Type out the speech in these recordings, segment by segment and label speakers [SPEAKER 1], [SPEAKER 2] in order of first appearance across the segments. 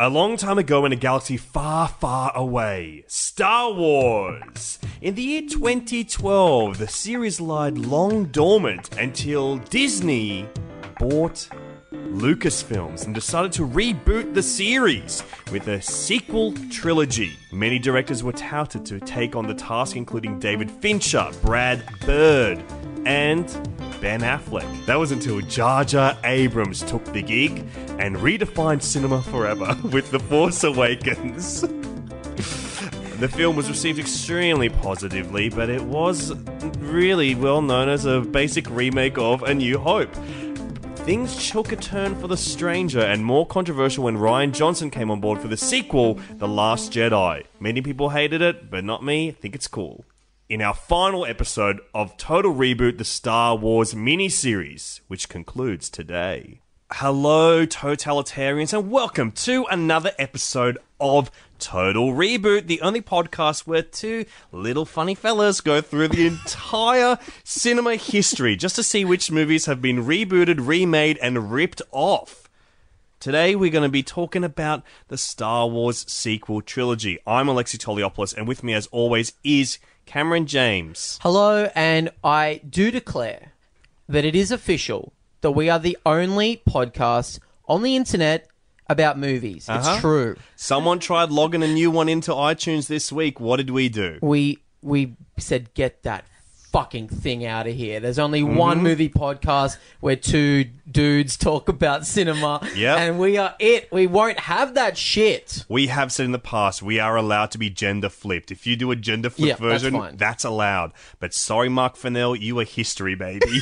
[SPEAKER 1] A long time ago in a galaxy far, far away, Star Wars! In the year 2012, the series lied long dormant until Disney bought Lucasfilms and decided to reboot the series with a sequel trilogy. Many directors were touted to take on the task, including David Fincher, Brad Bird, and Ben Affleck. That was until Jar Jar Abrams took the gig and redefined cinema forever with The Force Awakens. The film was received extremely positively, but it was really well known as a basic remake of A New Hope. Things took a turn for the stranger and more controversial when Ryan Johnson came on board for the sequel, The Last Jedi. Many people hated it, but not me. I think it's cool. In our final episode of Total Reboot, the Star Wars miniseries, which concludes today. Hello, totalitarians, and welcome to another episode of Total Reboot, the only podcast where two little funny fellas go through the entire cinema history just to see which movies have been rebooted, remade, and ripped off. Today, we're going to be talking about the Star Wars sequel trilogy. I'm Alexi Toliopoulos, and with me, as always, is Cameron James.
[SPEAKER 2] Hello, and I do declare that it is official that we are the only podcast on the internet about movies. It's true.
[SPEAKER 1] Someone tried logging a new one into iTunes this week. What did we do?
[SPEAKER 2] We we said get that fucking thing out of here. There's only one movie podcast where two dudes talk about cinema,
[SPEAKER 1] Yep.
[SPEAKER 2] and we are it. We won't have that shit.
[SPEAKER 1] We have said in the past we are allowed to be gender flipped. If you do a gender flip
[SPEAKER 2] Yeah, that's
[SPEAKER 1] version,
[SPEAKER 2] fine.
[SPEAKER 1] allowed. But sorry, Mark Fennell, you are history, baby.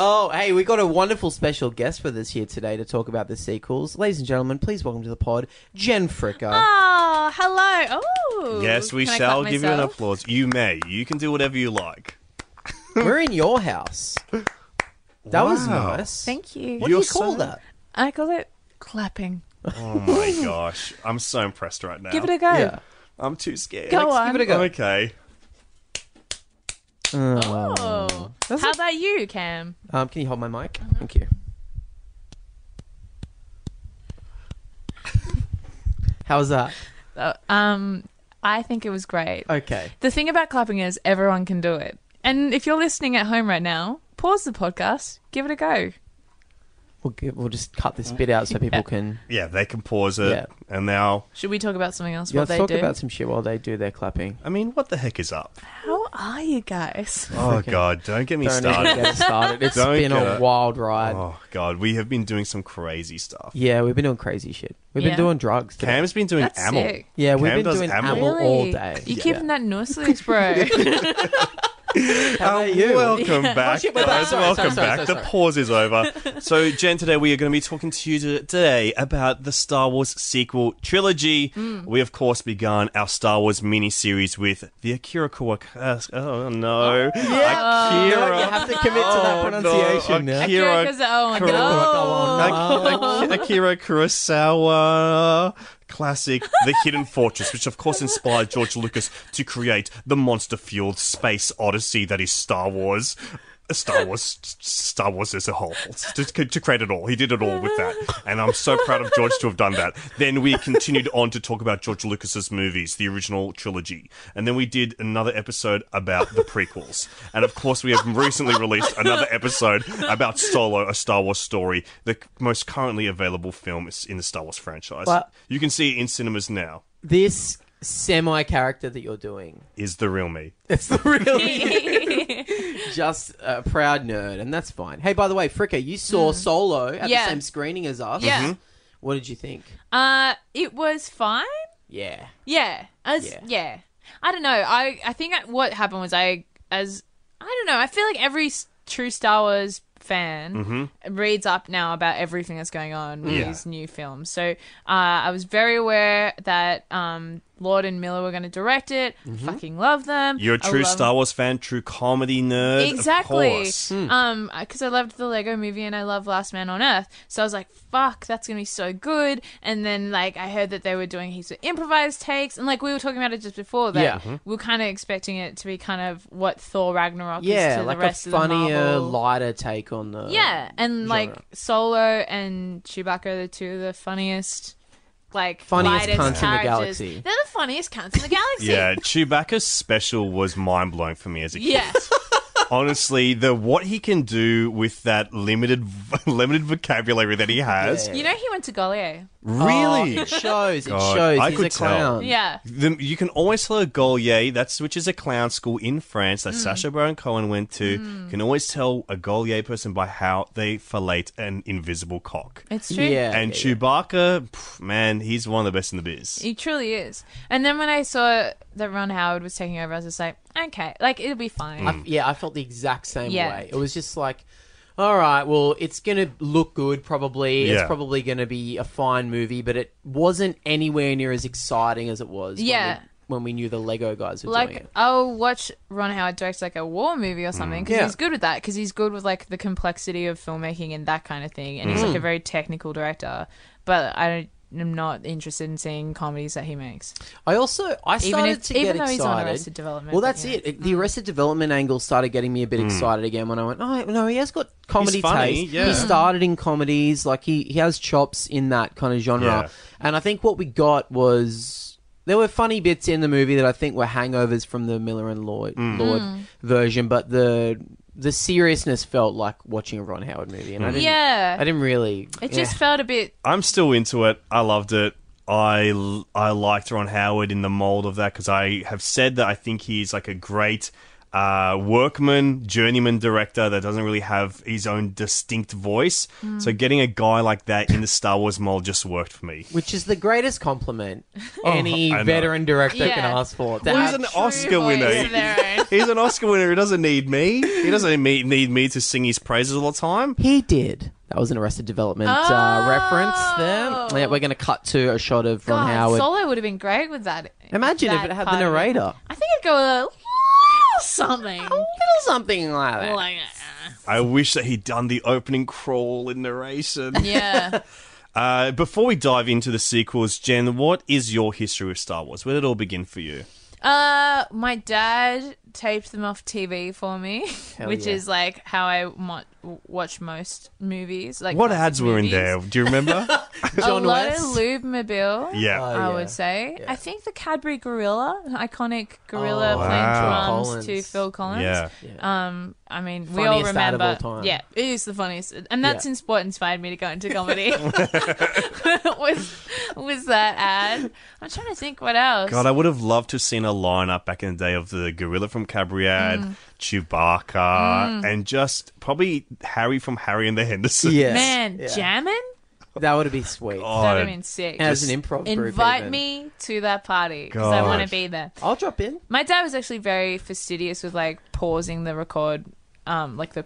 [SPEAKER 2] Oh, hey, we got a wonderful special guest with us here today to talk about the sequels. Ladies and gentlemen, please welcome to the pod, Jen Fricker.
[SPEAKER 3] Oh, hello. Oh.
[SPEAKER 1] yes, we
[SPEAKER 3] Can I
[SPEAKER 1] shall
[SPEAKER 3] clap
[SPEAKER 1] give you an
[SPEAKER 3] myself?
[SPEAKER 1] applause. You may. You can do whatever you like.
[SPEAKER 2] We're in your house. That was
[SPEAKER 1] Wow.
[SPEAKER 2] nice.
[SPEAKER 3] Thank you.
[SPEAKER 2] What do you
[SPEAKER 1] You're
[SPEAKER 2] call
[SPEAKER 1] so-
[SPEAKER 2] that?
[SPEAKER 3] I call it clapping.
[SPEAKER 1] Oh my gosh, I'm so impressed right now.
[SPEAKER 3] Give it a go.
[SPEAKER 2] Yeah.
[SPEAKER 1] I'm too scared.
[SPEAKER 3] Go
[SPEAKER 2] Let's
[SPEAKER 3] on.
[SPEAKER 2] give it a go.
[SPEAKER 1] Okay.
[SPEAKER 3] Oh. How about you, Cam?
[SPEAKER 2] Um, can you hold my mic?
[SPEAKER 3] Uh-huh.
[SPEAKER 2] Thank you. How was that?
[SPEAKER 3] Uh, um, I think it was great.
[SPEAKER 2] Okay.
[SPEAKER 3] The thing about clapping is everyone can do it. And if you're listening at home right now, pause the podcast, give it a go.
[SPEAKER 2] We'll, give, we'll just cut this bit out so people can.
[SPEAKER 1] Yeah, they can pause it,
[SPEAKER 2] Yeah.
[SPEAKER 1] and now
[SPEAKER 3] Should we talk about something else?
[SPEAKER 2] Yeah,
[SPEAKER 3] what
[SPEAKER 2] let's
[SPEAKER 3] they
[SPEAKER 2] talk
[SPEAKER 3] do?
[SPEAKER 2] about some shit while they do their clapping.
[SPEAKER 1] I mean, what the heck is up?
[SPEAKER 3] How are you guys?
[SPEAKER 1] Oh god, don't get me
[SPEAKER 2] Don't even
[SPEAKER 1] started.
[SPEAKER 2] get us started. It's
[SPEAKER 1] Don't
[SPEAKER 2] been
[SPEAKER 1] get
[SPEAKER 2] a
[SPEAKER 1] it.
[SPEAKER 2] wild ride.
[SPEAKER 1] Oh god, we have been doing some crazy stuff.
[SPEAKER 2] Yeah, we've been doing crazy shit. We've
[SPEAKER 3] Yeah.
[SPEAKER 2] been doing drugs. Today.
[SPEAKER 1] Cam's been doing
[SPEAKER 3] That's
[SPEAKER 1] amyl.
[SPEAKER 3] sick.
[SPEAKER 2] Yeah, we've
[SPEAKER 1] Cam
[SPEAKER 2] been
[SPEAKER 1] does
[SPEAKER 2] doing
[SPEAKER 1] amyl.
[SPEAKER 2] amyl
[SPEAKER 3] Really?
[SPEAKER 2] all day.
[SPEAKER 3] You
[SPEAKER 2] Yeah.
[SPEAKER 3] keeping that nurse loose, bro?
[SPEAKER 2] How
[SPEAKER 1] Um,
[SPEAKER 2] about you?
[SPEAKER 1] Welcome back,
[SPEAKER 2] shit, we're back.
[SPEAKER 1] guys.
[SPEAKER 2] Sorry,
[SPEAKER 1] welcome
[SPEAKER 2] sorry, sorry,
[SPEAKER 1] back.
[SPEAKER 2] sorry,
[SPEAKER 1] The
[SPEAKER 2] sorry.
[SPEAKER 1] pause is over. so, Jen, today we are going to be talking to you to- today about the Star Wars sequel trilogy.
[SPEAKER 2] Hmm.
[SPEAKER 1] We, of course, began our Star Wars miniseries with the Akira Kuwakasa. Oh no,
[SPEAKER 2] No,
[SPEAKER 1] Akira.
[SPEAKER 2] you have to commit to that
[SPEAKER 1] Oh, no.
[SPEAKER 2] pronunciation now.
[SPEAKER 1] Akira
[SPEAKER 3] Akira Kurosawa.
[SPEAKER 1] Kuro-
[SPEAKER 2] Oh,
[SPEAKER 1] Ak- Ak- Akira Kurosawa classic The Hidden Fortress, which of course inspired George Lucas to create the monster fueled space odyssey that is Star Wars. Star Wars, Star Wars as a whole, to, to create it all. He did it all with that, and I'm so proud of George to have done that. Then we continued on to talk about George Lucas's movies, the original trilogy, and then we did another episode about the prequels, and of course we have recently released another episode about Solo, a Star Wars story, the c- most currently available film in the Star Wars franchise.
[SPEAKER 2] But-
[SPEAKER 1] you can see it in cinemas now.
[SPEAKER 2] This semi character that you're doing.
[SPEAKER 1] Is the real me?
[SPEAKER 2] It's the real just a proud nerd, and that's fine. Hey, by the way, Fricker, you saw Solo at
[SPEAKER 3] Mm. Yeah.
[SPEAKER 2] the same screening as us.
[SPEAKER 3] Yeah.
[SPEAKER 1] Mm-hmm.
[SPEAKER 3] Mhm.
[SPEAKER 2] What did you think?
[SPEAKER 3] uh, it was fine.
[SPEAKER 2] Yeah.
[SPEAKER 3] Yeah. As,
[SPEAKER 2] Yeah.
[SPEAKER 3] yeah. I don't know. I I think I, what happened was I as I don't know. I feel like every s- true Star Wars fan
[SPEAKER 1] Mm-hmm.
[SPEAKER 3] reads up now about everything that's going on with
[SPEAKER 1] Yeah.
[SPEAKER 3] these new films. So uh, I was very aware that um, Lord and Miller were going to direct it. Fucking love them.
[SPEAKER 1] Mm-hmm. You're a
[SPEAKER 3] I
[SPEAKER 1] true
[SPEAKER 3] love-
[SPEAKER 1] Star Wars fan, true comedy nerd. Of
[SPEAKER 3] Exactly.
[SPEAKER 1] course.
[SPEAKER 2] Hmm.
[SPEAKER 3] Um, because I loved the Lego Movie and I love Last Man on Earth, so I was like, "Fuck, that's gonna be so good." And then like I heard that they were doing heaps of improvised takes, and like we were talking about it just before that
[SPEAKER 2] Yeah. Mhm.
[SPEAKER 3] we are kind of expecting it to be kind of what Thor Ragnarok is
[SPEAKER 2] Yeah,
[SPEAKER 3] to
[SPEAKER 2] like
[SPEAKER 3] the rest
[SPEAKER 2] a
[SPEAKER 3] of the
[SPEAKER 2] funnier,
[SPEAKER 3] Marvel.
[SPEAKER 2] lighter take on the.
[SPEAKER 3] yeah, and like
[SPEAKER 2] genre.
[SPEAKER 3] Solo and Chewbacca are the two of the funniest. Like
[SPEAKER 2] Funniest
[SPEAKER 3] lightest
[SPEAKER 2] cunts in the
[SPEAKER 3] characters.
[SPEAKER 2] galaxy.
[SPEAKER 3] They're the funniest cunts in the galaxy.
[SPEAKER 1] Yeah, Chewbacca's special was mind blowing for me as a kid.
[SPEAKER 3] Yeah.
[SPEAKER 1] Honestly, the what he can do with that limited limited vocabulary that he has.
[SPEAKER 2] Yeah.
[SPEAKER 3] you know he went to Goliath.
[SPEAKER 2] Oh,
[SPEAKER 1] Really?
[SPEAKER 2] it shows. It
[SPEAKER 1] God,
[SPEAKER 2] shows.
[SPEAKER 1] I
[SPEAKER 2] He's
[SPEAKER 1] could
[SPEAKER 2] a
[SPEAKER 1] tell.
[SPEAKER 2] clown.
[SPEAKER 3] Yeah.
[SPEAKER 1] The, you can always tell a Gaulier, that's which is a clown school in France
[SPEAKER 2] Mm.
[SPEAKER 1] that Sacha Baron Cohen went to. You can always tell a Gaulier person by how they fellate an invisible cock.
[SPEAKER 3] It's true.
[SPEAKER 2] Yeah.
[SPEAKER 1] and
[SPEAKER 2] yeah, yeah.
[SPEAKER 1] Chewbacca, pff, man, he's one of the best in the biz.
[SPEAKER 3] He truly is. And then when I saw that Ron Howard was taking over, I was just like, okay, like it'll be fine.
[SPEAKER 2] I f- yeah, I felt the exact same
[SPEAKER 3] Yeah.
[SPEAKER 2] way. It was just like, all right, well, it's going to look good probably.
[SPEAKER 1] Yeah.
[SPEAKER 2] It's probably going to be a fine movie, but it wasn't anywhere near as exciting as it was.
[SPEAKER 3] Yeah.
[SPEAKER 2] When we, when we knew the Lego guys were doing
[SPEAKER 3] Like
[SPEAKER 2] it.
[SPEAKER 3] I'll watch Ron Howard direct like a war movie
[SPEAKER 2] Mm.
[SPEAKER 3] or something because
[SPEAKER 2] Yeah.
[SPEAKER 3] he's good with that because he's good with like the complexity of filmmaking and that kind of thing and he's
[SPEAKER 2] Mm.
[SPEAKER 3] like a very technical director. But I don't. I'm not interested in seeing comedies that he makes.
[SPEAKER 2] I also I started
[SPEAKER 3] Even if-
[SPEAKER 2] to get
[SPEAKER 3] even though
[SPEAKER 2] excited.
[SPEAKER 3] he's on Arrested Development,
[SPEAKER 2] well,
[SPEAKER 3] but
[SPEAKER 2] that's
[SPEAKER 3] yeah. Mm.
[SPEAKER 2] it. it. The Arrested Development angle started getting me a bit excited again when I went. Oh no, he has got comedy
[SPEAKER 1] Mm. funny,
[SPEAKER 2] taste.
[SPEAKER 1] yeah.
[SPEAKER 2] He started in comedies, like he he has chops in that kind of genre.
[SPEAKER 1] Yeah.
[SPEAKER 2] And I think what we got was there were funny bits in the movie that I think were hangovers from the Miller and Lloyd
[SPEAKER 1] Mm.
[SPEAKER 2] Lord
[SPEAKER 3] Mm.
[SPEAKER 2] version, but the the seriousness felt like watching a Ron Howard movie,
[SPEAKER 1] Mm.
[SPEAKER 2] and I didn't.
[SPEAKER 3] Yeah.
[SPEAKER 2] I didn't really.
[SPEAKER 3] It
[SPEAKER 2] yeah.
[SPEAKER 3] just felt a bit.
[SPEAKER 1] I'm still into it. I loved it. I, l- I liked Ron Howard in the mold of that because I have said that I think he's like a great uh, workman, journeyman director that doesn't really have his own distinct voice. So getting a guy like that in the Star Wars mold just worked for me.
[SPEAKER 2] Which is the greatest compliment any
[SPEAKER 1] Oh, I know.
[SPEAKER 2] veteran director can
[SPEAKER 3] Yeah.
[SPEAKER 2] ask for.
[SPEAKER 1] Well, he's an
[SPEAKER 2] That-
[SPEAKER 3] true
[SPEAKER 1] Oscar
[SPEAKER 3] voice
[SPEAKER 1] winner.
[SPEAKER 3] of their own.
[SPEAKER 1] He's an Oscar winner. He doesn't need me. He doesn't me- need me to sing his praises all the time.
[SPEAKER 2] He did. That was an Arrested Development
[SPEAKER 3] Oh.
[SPEAKER 2] uh, reference there. Yeah, we're going to cut to a shot of Ron
[SPEAKER 3] God,
[SPEAKER 2] Howard.
[SPEAKER 3] Solo would have been great with that.
[SPEAKER 2] Imagine if
[SPEAKER 3] that
[SPEAKER 2] it had the
[SPEAKER 3] part of
[SPEAKER 2] narrator.
[SPEAKER 3] I think it'd go a little something.
[SPEAKER 2] A little something like that.
[SPEAKER 3] Like, uh,
[SPEAKER 1] I wish that he'd done the opening crawl in narration.
[SPEAKER 3] yeah.
[SPEAKER 1] Uh, before we dive into the sequels, Jen, what is your history with Star Wars? Where did it all begin for you?
[SPEAKER 3] Uh, my dad taped them off TV for me, which
[SPEAKER 2] yeah.
[SPEAKER 3] is like how I mo- watch most movies. Like
[SPEAKER 1] What
[SPEAKER 3] classic
[SPEAKER 1] ads were in
[SPEAKER 3] movies.
[SPEAKER 1] there? Do you remember?
[SPEAKER 2] John
[SPEAKER 3] a lot of
[SPEAKER 2] West?
[SPEAKER 3] Lube Mobile.
[SPEAKER 1] yeah.
[SPEAKER 2] Oh,
[SPEAKER 3] I
[SPEAKER 2] yeah.
[SPEAKER 3] would say.
[SPEAKER 2] Yeah.
[SPEAKER 3] I think the Cadbury Gorilla, an iconic gorilla
[SPEAKER 2] Oh,
[SPEAKER 3] playing
[SPEAKER 1] Wow.
[SPEAKER 3] drums
[SPEAKER 2] Collins.
[SPEAKER 3] to Phil Collins.
[SPEAKER 1] yeah.
[SPEAKER 3] Um, I mean, we all
[SPEAKER 2] Funniest ad of
[SPEAKER 3] remember.
[SPEAKER 2] all time.
[SPEAKER 3] Yeah, it is the funniest, and that's
[SPEAKER 2] Yeah.
[SPEAKER 3] in what inspired me to go into comedy. was was that ad? I'm trying to think what else.
[SPEAKER 1] God, I would have loved to have seen a lineup back in the day of the Gorilla from Cabaret, ad,
[SPEAKER 3] Mm.
[SPEAKER 1] Chewbacca, and just probably Harry from Harry and the Hendersons.
[SPEAKER 2] Yeah.
[SPEAKER 3] Man,
[SPEAKER 2] Yeah.
[SPEAKER 3] jamming?
[SPEAKER 2] That would be sweet.
[SPEAKER 1] God.
[SPEAKER 3] That would have been sick.
[SPEAKER 2] As an improv group
[SPEAKER 3] Invite
[SPEAKER 2] even.
[SPEAKER 3] me to that party because I
[SPEAKER 1] God.
[SPEAKER 3] want to be there.
[SPEAKER 2] I'll drop in.
[SPEAKER 3] My dad was actually very fastidious with like pausing the record, um, like the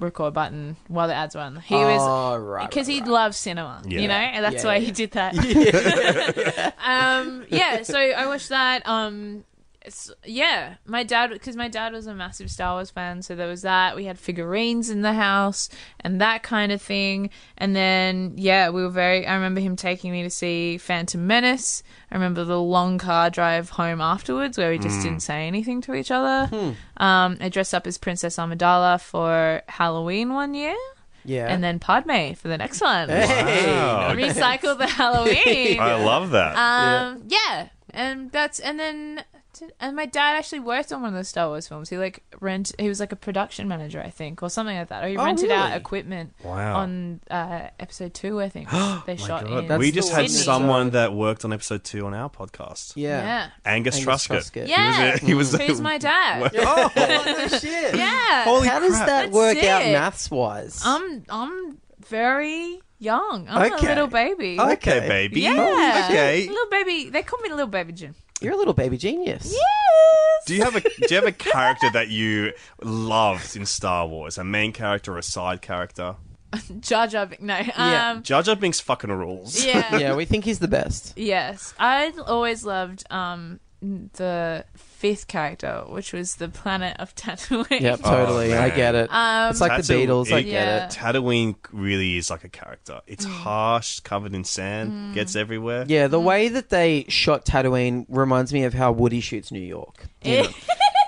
[SPEAKER 3] record button while the ads were on. He was
[SPEAKER 2] oh, right.
[SPEAKER 3] because
[SPEAKER 2] right,
[SPEAKER 3] he
[SPEAKER 2] right.
[SPEAKER 3] loves cinema,
[SPEAKER 1] Yeah.
[SPEAKER 3] you know, and that's
[SPEAKER 2] Yeah,
[SPEAKER 3] why
[SPEAKER 2] yeah.
[SPEAKER 3] he did that.
[SPEAKER 2] Yeah.
[SPEAKER 3] um yeah so i watched that um it's- yeah my dad because my dad was a massive star wars fan so there was that we had figurines in the house and that kind of thing and then yeah we were very i remember him taking me to see phantom menace i remember the long car drive home afterwards where we just
[SPEAKER 2] Hmm.
[SPEAKER 3] didn't say anything to each other um i dressed up as princess amidala for halloween one year
[SPEAKER 2] yeah.
[SPEAKER 3] and then padme for the next one
[SPEAKER 2] Hey.
[SPEAKER 1] Wow.
[SPEAKER 3] recycle the halloween
[SPEAKER 1] I love that.
[SPEAKER 3] um, yeah. and that's and then and my dad actually worked on one of the Star Wars films. He like rent. He was like a production manager, I think, or something like that. Or he
[SPEAKER 2] Oh,
[SPEAKER 3] rented out
[SPEAKER 2] really?
[SPEAKER 3] equipment
[SPEAKER 1] Wow.
[SPEAKER 3] on uh, episode two, I think. they
[SPEAKER 1] My
[SPEAKER 3] shot
[SPEAKER 1] God.
[SPEAKER 3] in.
[SPEAKER 2] That's
[SPEAKER 1] we
[SPEAKER 2] the
[SPEAKER 1] just
[SPEAKER 2] one
[SPEAKER 1] had
[SPEAKER 2] that-
[SPEAKER 1] someone that worked on episode two on our podcast.
[SPEAKER 2] Yeah.
[SPEAKER 3] Yeah.
[SPEAKER 1] Angus,
[SPEAKER 2] Angus
[SPEAKER 1] Truscott.
[SPEAKER 2] Truscott.
[SPEAKER 3] Yeah.
[SPEAKER 1] He was. A, he
[SPEAKER 3] Who's
[SPEAKER 1] was a-
[SPEAKER 3] my dad?
[SPEAKER 2] Oh, holy shit.
[SPEAKER 3] Yeah.
[SPEAKER 1] Holy
[SPEAKER 2] How does
[SPEAKER 1] crap.
[SPEAKER 2] that
[SPEAKER 3] That's Um,
[SPEAKER 2] work out
[SPEAKER 3] sick.
[SPEAKER 2] maths wise?
[SPEAKER 3] I'm I'm very young. I'm
[SPEAKER 2] Okay.
[SPEAKER 3] a little baby.
[SPEAKER 1] Okay,
[SPEAKER 2] Okay.
[SPEAKER 1] baby.
[SPEAKER 3] Yeah.
[SPEAKER 1] Okay.
[SPEAKER 3] Little baby. They call me little baby Jim.
[SPEAKER 2] You're a little baby genius.
[SPEAKER 3] Yes.
[SPEAKER 1] Do you have a Do you have a character that you loved in Star Wars? A main character, or a side character?
[SPEAKER 3] Jar Jar Bink- No. Um,
[SPEAKER 2] Yeah.
[SPEAKER 1] Jar Jar Binks fucking rules.
[SPEAKER 3] yeah.
[SPEAKER 2] yeah, we think he's the best.
[SPEAKER 3] Yes, I always loved um the fifth character, which was the planet of Tatooine.
[SPEAKER 2] Yep, totally. I
[SPEAKER 1] Oh, man.
[SPEAKER 2] get it.
[SPEAKER 3] Um,
[SPEAKER 2] it's like the
[SPEAKER 1] Tatooine-
[SPEAKER 2] Beatles. I
[SPEAKER 1] it-
[SPEAKER 2] get
[SPEAKER 3] Yeah.
[SPEAKER 2] it.
[SPEAKER 1] Tatooine really is like a character. It's
[SPEAKER 3] Mm.
[SPEAKER 1] harsh, covered in sand, gets everywhere.
[SPEAKER 2] Yeah, the way that they shot Tatooine reminds me of how Woody shoots New York.
[SPEAKER 3] It-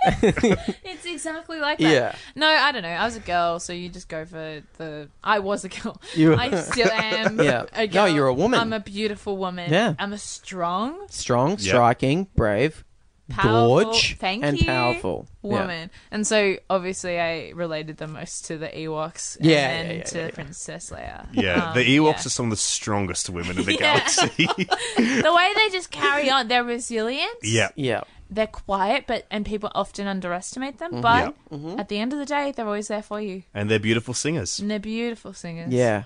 [SPEAKER 3] it's exactly like that.
[SPEAKER 2] Yeah.
[SPEAKER 3] No, I don't know. I was a girl, so you just go for the. I was a girl.
[SPEAKER 2] You-
[SPEAKER 3] I still am.
[SPEAKER 2] Yeah. No,
[SPEAKER 3] A girl.
[SPEAKER 2] you're a woman.
[SPEAKER 3] I'm a beautiful woman.
[SPEAKER 2] Yeah.
[SPEAKER 3] I'm a strong,
[SPEAKER 2] Strong, striking, brave,
[SPEAKER 3] powerful,
[SPEAKER 2] gorge,
[SPEAKER 3] thank
[SPEAKER 2] and
[SPEAKER 3] you,
[SPEAKER 2] powerful. Yeah.
[SPEAKER 3] woman. And so obviously, I related the most to the Ewoks. And
[SPEAKER 2] Yeah,
[SPEAKER 3] then
[SPEAKER 2] yeah, yeah,
[SPEAKER 3] to
[SPEAKER 2] yeah, yeah.
[SPEAKER 3] Princess Leia.
[SPEAKER 1] Yeah,
[SPEAKER 3] Um,
[SPEAKER 1] the Ewoks
[SPEAKER 3] yeah.
[SPEAKER 1] are some of the strongest women in the
[SPEAKER 3] Yeah.
[SPEAKER 1] galaxy.
[SPEAKER 3] the way they just carry on their resilience.
[SPEAKER 1] yeah.
[SPEAKER 2] Yeah.
[SPEAKER 3] They're quiet, but and people often underestimate them. But
[SPEAKER 1] Mm-hmm. Yeah.
[SPEAKER 2] Mm-hmm.
[SPEAKER 3] at the end of the day, they're always there for you,
[SPEAKER 1] And they're beautiful singers.
[SPEAKER 3] and they're beautiful singers.
[SPEAKER 2] Yeah.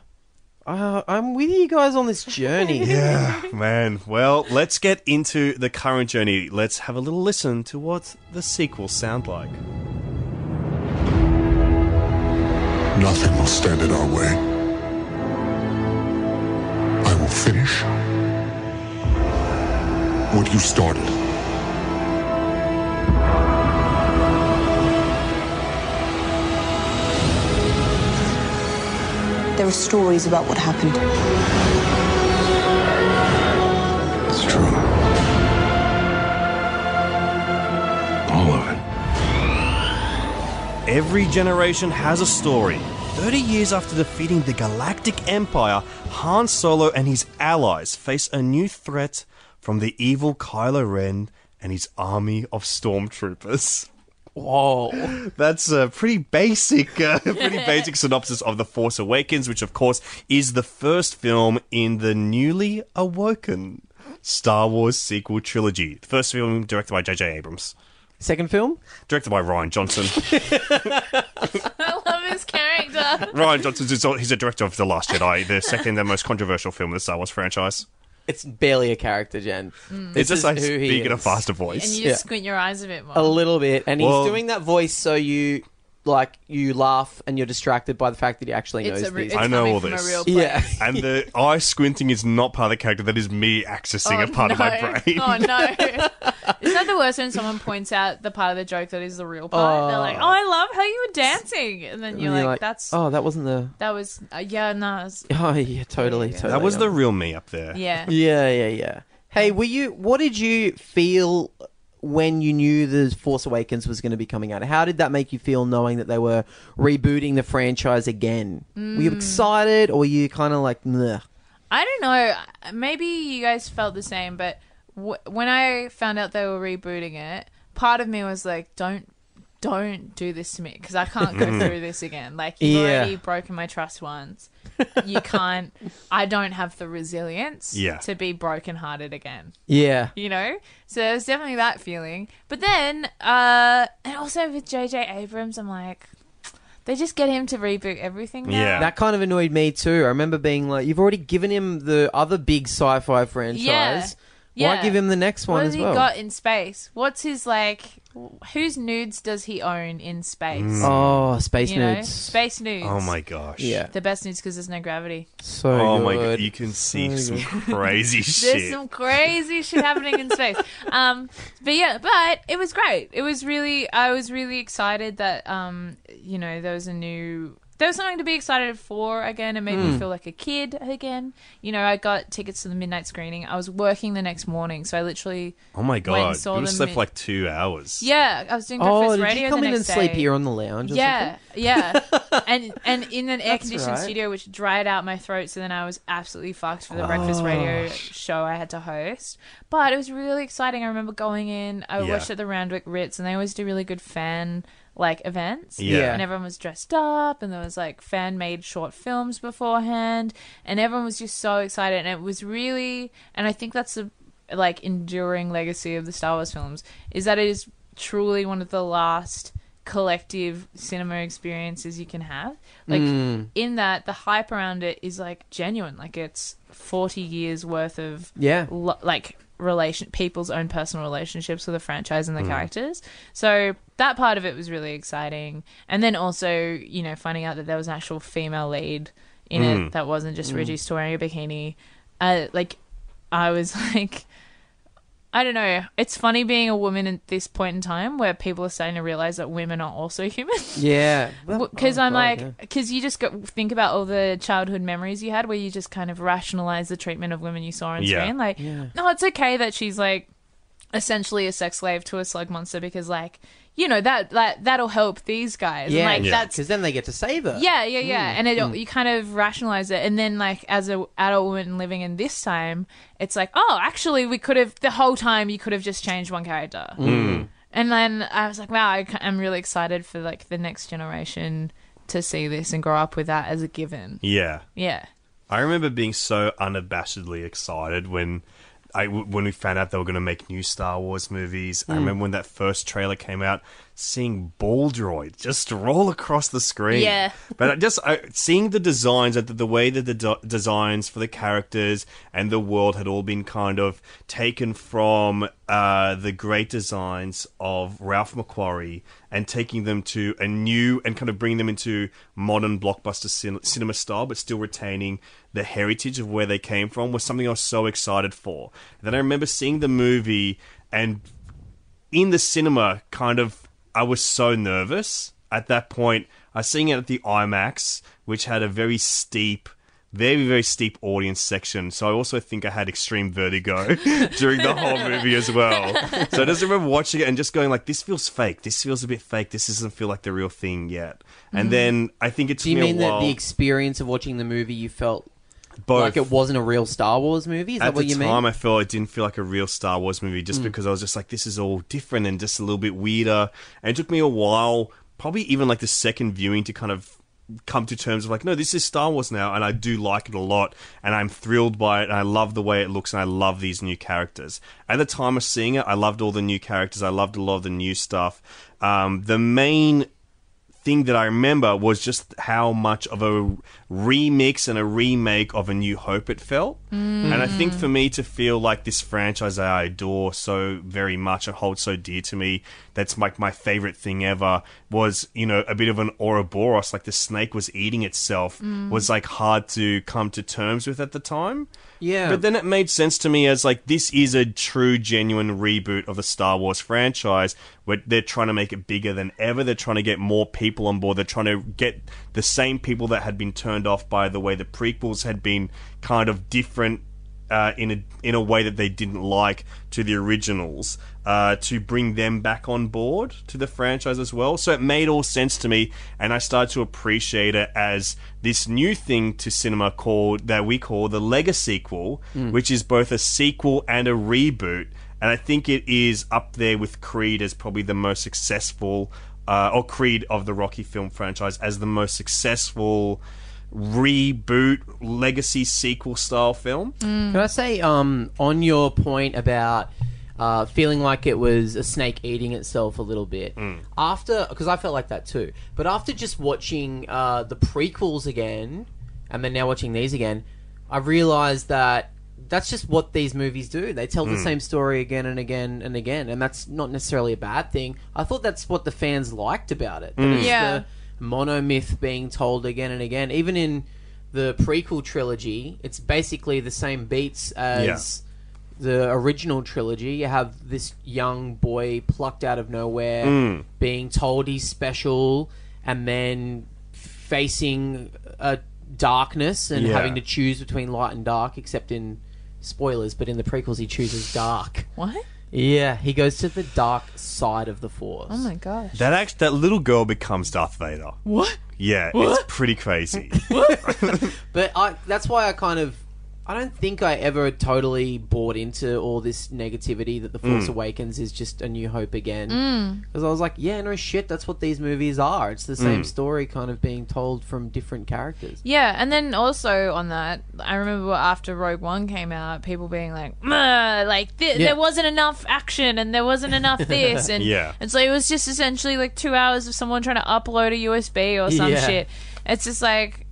[SPEAKER 2] Uh, I'm with you guys on this journey.
[SPEAKER 1] Yeah, man. Well, let's get into the current journey. Let's have a little listen to what the sequels sound like.
[SPEAKER 4] Nothing will stand in our way. I will finish what you started.
[SPEAKER 5] There are stories about what happened.
[SPEAKER 4] It's true. All of it.
[SPEAKER 1] Every generation has a story. 30 years after defeating the Galactic Empire, Han Solo and his allies face a new threat from the evil Kylo Ren and his army of stormtroopers.
[SPEAKER 2] Whoa.
[SPEAKER 1] That's a pretty basic, uh, pretty basic synopsis of The Force Awakens, which of course is the first film in the newly awoken Star Wars sequel trilogy. The first film directed by J.J. Abrams,
[SPEAKER 2] Second film?
[SPEAKER 1] directed by Ryan Johnson.
[SPEAKER 3] I love his character.
[SPEAKER 1] Ryan Johnson is he's a director of The Last Jedi, the second and most controversial film of the Star Wars franchise.
[SPEAKER 2] It's barely a character, Jen.
[SPEAKER 3] Mm.
[SPEAKER 1] It's
[SPEAKER 2] This
[SPEAKER 1] just like
[SPEAKER 2] is who he
[SPEAKER 1] speaking in a
[SPEAKER 2] is.
[SPEAKER 1] faster
[SPEAKER 3] And
[SPEAKER 1] voice.
[SPEAKER 3] you
[SPEAKER 2] Yeah.
[SPEAKER 3] just squint your eyes a bit more.
[SPEAKER 2] A little bit, and
[SPEAKER 1] Well-
[SPEAKER 2] he's doing that voice so you like you laugh and you're distracted by the fact that he actually knows
[SPEAKER 3] it's a, re-
[SPEAKER 2] these.
[SPEAKER 3] it's
[SPEAKER 1] I know
[SPEAKER 3] coming
[SPEAKER 1] all
[SPEAKER 3] from a
[SPEAKER 1] this.
[SPEAKER 3] real place.
[SPEAKER 2] yeah,
[SPEAKER 1] and the eye squinting is not part of the character. That is me accessing a part of my
[SPEAKER 3] Oh, no.
[SPEAKER 1] brain.
[SPEAKER 3] Oh no! Isn't that the worst when someone points out the part of the joke that is the real part? They're like, "Oh, I love how you were dancing," and then
[SPEAKER 2] And
[SPEAKER 3] you're, like, "That's
[SPEAKER 2] oh, that wasn't the
[SPEAKER 3] that was uh, yeah, no, it was-
[SPEAKER 2] oh yeah, totally,
[SPEAKER 3] Yeah.
[SPEAKER 2] totally.
[SPEAKER 1] That was the
[SPEAKER 2] not-
[SPEAKER 1] real me up there.
[SPEAKER 3] yeah."
[SPEAKER 2] yeah, yeah, yeah. Hey, were you? What did you feel when you knew the Force Awakens was going to be coming out? How did that make you feel knowing that they were rebooting the franchise again? Were
[SPEAKER 3] Mm.
[SPEAKER 2] you excited, or were you kind of like, Meh?
[SPEAKER 3] I don't know. Maybe you guys felt the same, but w- when I found out they were rebooting it, part of me was like, "Don't, don't do this to me," because I can't go through this again. Like you've
[SPEAKER 2] Mm-hmm. Yeah.
[SPEAKER 3] already broken my trust once. You can't. I don't have the resilience
[SPEAKER 1] Yeah.
[SPEAKER 3] to be brokenhearted again.
[SPEAKER 2] yeah?
[SPEAKER 3] You know. So there's definitely that feeling. But then, uh, and also with J.J. Abrams, I'm like, they just get him to reboot everything. Now.
[SPEAKER 1] Yeah.
[SPEAKER 2] That kind of annoyed me too. I remember being like, "You've already given him the other big sci-fi franchise.
[SPEAKER 3] Yeah.
[SPEAKER 2] Why
[SPEAKER 3] Yeah.
[SPEAKER 2] give him the next one
[SPEAKER 3] what
[SPEAKER 2] as
[SPEAKER 3] has
[SPEAKER 2] well?"
[SPEAKER 3] he got in space? What's his like? Whose nudes does he own in space?
[SPEAKER 1] Mm.
[SPEAKER 2] Oh, space
[SPEAKER 3] you know,
[SPEAKER 2] nudes.
[SPEAKER 3] space nudes.
[SPEAKER 1] Oh my gosh.
[SPEAKER 2] yeah,
[SPEAKER 3] The best nudes because there's no gravity.
[SPEAKER 2] so
[SPEAKER 1] Oh
[SPEAKER 2] good. Oh
[SPEAKER 1] my god. You can see some
[SPEAKER 2] So good.
[SPEAKER 1] crazy
[SPEAKER 3] There's
[SPEAKER 1] shit.
[SPEAKER 3] some crazy shit happening in space. Um, but yeah, but it was great. It was really, I was really excited that um, you know, there was a new. There was something to be excited for again. It made me
[SPEAKER 1] Mm.
[SPEAKER 3] feel like a kid again. You know, I got tickets to the midnight screening. I was working the next morning, so I literally,
[SPEAKER 1] Oh my
[SPEAKER 3] and
[SPEAKER 1] god. You
[SPEAKER 3] saw
[SPEAKER 1] would have
[SPEAKER 3] them
[SPEAKER 1] slept
[SPEAKER 3] in-
[SPEAKER 1] for like two hours.
[SPEAKER 3] yeah, I was doing Breakfast
[SPEAKER 2] Oh, did
[SPEAKER 3] Radio
[SPEAKER 2] you come
[SPEAKER 3] the
[SPEAKER 2] in and
[SPEAKER 3] next day.
[SPEAKER 2] sleep here on the lounge? Or
[SPEAKER 3] Yeah, yeah, and and in an air conditioned
[SPEAKER 2] right.
[SPEAKER 3] studio, which dried out my throat, so then I was absolutely fucked for the breakfast radio show I had to host. But it was really exciting. I remember going in. I
[SPEAKER 1] Yeah.
[SPEAKER 3] watched at the Randwick Ritz, and they always do really good fan like events.
[SPEAKER 1] Yeah.
[SPEAKER 3] and everyone was dressed up, and there was like fan made short films beforehand, and everyone was just so excited, and it was really, and I think that's the like enduring legacy of the Star Wars films is that it is truly one of the last collective cinema experiences you can have. Like in that the hype around it is like genuine. Like it's 40 years worth of
[SPEAKER 2] Yeah.
[SPEAKER 3] lo- like relation people's own personal relationships with the franchise and the characters. So that part of it was really exciting. And then also, you know, finding out that there was an actual female lead in it that wasn't just reduced to wearing a bikini. Uh, like, I was like, I don't know. It's funny being a woman at this point in time where people are starting to realize that women are also human.
[SPEAKER 2] Yeah.
[SPEAKER 3] Because
[SPEAKER 2] Oh,
[SPEAKER 3] I'm
[SPEAKER 2] God,
[SPEAKER 3] like,
[SPEAKER 2] yeah.
[SPEAKER 3] because you just go, think about all the childhood memories you had where you just kind of rationalize the treatment of women you saw on
[SPEAKER 1] Yeah.
[SPEAKER 3] screen. Like, no, it's okay that she's like essentially a sex slave to a slug monster because, like, you know that that that'll help these guys.
[SPEAKER 2] yeah,
[SPEAKER 3] and, like
[SPEAKER 1] Yeah.
[SPEAKER 3] that's
[SPEAKER 2] because then they get to save her.
[SPEAKER 3] yeah, yeah, yeah. And it, you kind of rationalize it, and then like as a adult woman living in this time, it's like, oh, actually, we could have the whole time you could have just changed one character. And then I was like, wow, I, am really excited for like the next generation to see this and grow up with that as a given.
[SPEAKER 1] Yeah.
[SPEAKER 3] Yeah,
[SPEAKER 1] I remember being so unabashedly excited when I w- when we found out they were going to make new Star Wars movies. I remember when that first trailer came out, seeing Ball Droid just roll across the screen.
[SPEAKER 3] Yeah.
[SPEAKER 1] but I just I, seeing the designs, and the, the way that the de- designs for the characters and the world had all been kind of taken from uh, the great designs of Ralph McQuarrie and taking them to a new and kind of bringing them into modern blockbuster cin- cinema style, but still retaining the heritage of where they came from was something I was so excited for. Then I remember seeing the movie and in the cinema, kind of, I was so nervous at that point. I was seeing it at the IMAX, which had a very steep, very, very steep audience section. So I also think I had extreme vertigo during the whole movie as well. So I just remember watching it and just going like, this feels fake. This feels a bit fake. This doesn't feel like the real thing yet. And then I think it took
[SPEAKER 2] Mm-hmm. Do you
[SPEAKER 1] me
[SPEAKER 2] mean
[SPEAKER 1] a
[SPEAKER 2] that
[SPEAKER 1] while.
[SPEAKER 2] the experience of watching the movie you felt
[SPEAKER 1] both.
[SPEAKER 2] like it wasn't a real Star Wars movie? Is
[SPEAKER 1] at
[SPEAKER 2] that what
[SPEAKER 1] the
[SPEAKER 2] you
[SPEAKER 1] time,
[SPEAKER 2] mean? Hmm.
[SPEAKER 1] I felt it didn't feel like a real Star Wars movie just because I was just like, this is all different and just a little bit weirder. And it took me a while, probably even like the second viewing, to kind of come to terms of like, no, this is Star Wars now, and I do like it a lot, and I'm thrilled by it, and I love the way it looks, and I love these new characters. At the time of seeing it, I loved all the new characters, I loved a lot of the new stuff. Um, the main thing that I remember was just how much of a remix and a remake of A New Hope it felt. And I think for me to feel like this franchise that I adore so very much and hold so dear to me, that's like my favorite thing ever, was, you know, a bit of an Ouroboros, like the snake was eating itself, was like hard to come to terms with at the time.
[SPEAKER 2] Yeah.
[SPEAKER 1] But then it made sense to me as like this is a true, genuine reboot of the Star Wars franchise where they're trying to make it bigger than ever. They're trying to get more people on board. They're trying to get the same people that had been turned off by the way the prequels had been kind of different uh, in a in a way that they didn't like to the originals uh, to bring them back on board to the franchise as well. So it made all sense to me, and I started to appreciate it as this new thing to cinema called that we call the Lego sequel,
[SPEAKER 3] Hmm.
[SPEAKER 1] which is both a sequel and a reboot. And I think it is up there with Creed as probably the most successful, uh, or Creed of the Rocky film franchise as the most successful reboot legacy sequel style film.
[SPEAKER 3] Hmm.
[SPEAKER 2] Can I say um, on your point about uh, feeling like it was a snake eating itself a little bit after because I felt like that too. But after just watching uh, the prequels again and then now watching these again, I realized that that's just what these movies do. They tell the same story again and again and again, and that's not necessarily a bad thing. I thought that's what the fans liked about it. that it's
[SPEAKER 3] Yeah.
[SPEAKER 2] the- monomyth being told again and again. Even in the prequel trilogy, it's basically the same beats as the original trilogy. You have this young boy plucked out of nowhere, being told he's special, and then facing a darkness and
[SPEAKER 1] Yeah.
[SPEAKER 2] having to choose between light and dark. Except in spoilers, but in the prequels, he chooses dark.
[SPEAKER 3] what?
[SPEAKER 2] Yeah, he goes to the dark side of the force.
[SPEAKER 3] Oh my gosh!
[SPEAKER 1] That act, that little girl becomes Darth Vader.
[SPEAKER 3] What?
[SPEAKER 1] Yeah, it's pretty crazy.
[SPEAKER 2] But I, that's why I kind of. I don't think I ever totally bought into all this negativity that The
[SPEAKER 1] Hmm.
[SPEAKER 2] Force Awakens is just a new hope
[SPEAKER 3] Hmm.
[SPEAKER 2] again. Because I was like, yeah, no shit, that's what these movies are. It's the
[SPEAKER 1] Hmm.
[SPEAKER 2] same story kind of being told from different characters.
[SPEAKER 3] Yeah, and then also on that, I remember after Rogue One came out, people being like, "Meh," like th-
[SPEAKER 2] Yeah.
[SPEAKER 3] there wasn't enough action and there wasn't enough this, and
[SPEAKER 1] Yeah.
[SPEAKER 3] and so it was just essentially like two hours of someone trying to upload a USB or some
[SPEAKER 2] Yeah.
[SPEAKER 3] shit. It's just like,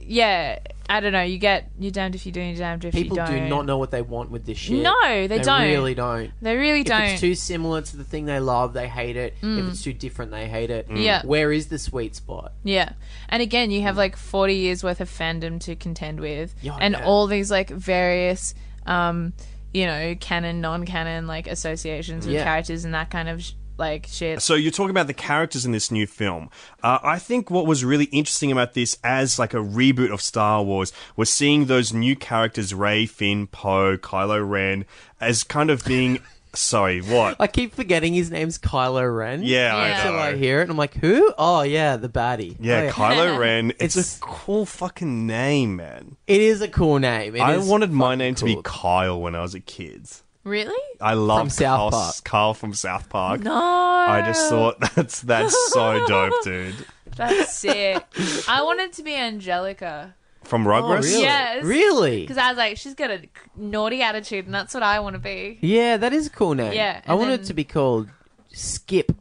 [SPEAKER 3] yeah, I don't know. You get you're damned if you do, you're damned if
[SPEAKER 2] People
[SPEAKER 3] you don't.
[SPEAKER 2] do not know what they want with this shit.
[SPEAKER 3] No, they don't.
[SPEAKER 2] really don't.
[SPEAKER 3] They really don't. Hmm.
[SPEAKER 2] If it's too similar to the thing they love, they hate it. If it's too different, they hate
[SPEAKER 1] Hmm.
[SPEAKER 2] it.
[SPEAKER 3] Yeah.
[SPEAKER 2] Where is the sweet spot?
[SPEAKER 3] Yeah. And again, you have like 40 years worth of fandom to contend with.
[SPEAKER 2] Yeah,
[SPEAKER 3] and
[SPEAKER 2] yeah.
[SPEAKER 3] all these like various, um, you know, canon, non canon like associations with
[SPEAKER 2] Yeah.
[SPEAKER 3] characters and that kind of sh- like shit.
[SPEAKER 1] So you're talking about the characters in this new film. Uh, I think what was really interesting about this, as like a reboot of Star Wars, was seeing those new characters: Ray, Finn, Poe, Kylo Ren, as kind of being. sorry, what?
[SPEAKER 2] I keep forgetting his name's Kylo Ren.
[SPEAKER 1] yeah,
[SPEAKER 3] Yeah.
[SPEAKER 1] I know.
[SPEAKER 2] Till I hear it, and I'm like, who? Oh yeah, the baddie.
[SPEAKER 1] yeah,
[SPEAKER 2] Oh,
[SPEAKER 1] Kylo Ren. It's,
[SPEAKER 2] It's-
[SPEAKER 1] a cool fucking name, man.
[SPEAKER 2] It is a cool name. It
[SPEAKER 1] I
[SPEAKER 2] is
[SPEAKER 1] wanted my
[SPEAKER 2] fucking
[SPEAKER 1] name to
[SPEAKER 2] cool.
[SPEAKER 1] be Kyle when I was a kid.
[SPEAKER 3] Really?
[SPEAKER 1] I love
[SPEAKER 2] From South
[SPEAKER 1] Kyle,
[SPEAKER 2] Park.
[SPEAKER 1] Kyle from South Park.
[SPEAKER 3] No.
[SPEAKER 1] I just thought that's that's so dope, dude.
[SPEAKER 3] That's sick. I wanted to be Angelica.
[SPEAKER 1] From
[SPEAKER 2] Oh,
[SPEAKER 1] Rugrats.
[SPEAKER 2] really?
[SPEAKER 3] Yes.
[SPEAKER 2] Really?
[SPEAKER 3] Because I was like, she's got a naughty attitude, and that's what I want to be.
[SPEAKER 2] Yeah, that is a cool name.
[SPEAKER 3] Yeah,
[SPEAKER 2] I
[SPEAKER 3] and
[SPEAKER 2] wanted
[SPEAKER 3] then-
[SPEAKER 2] it to be called Skip.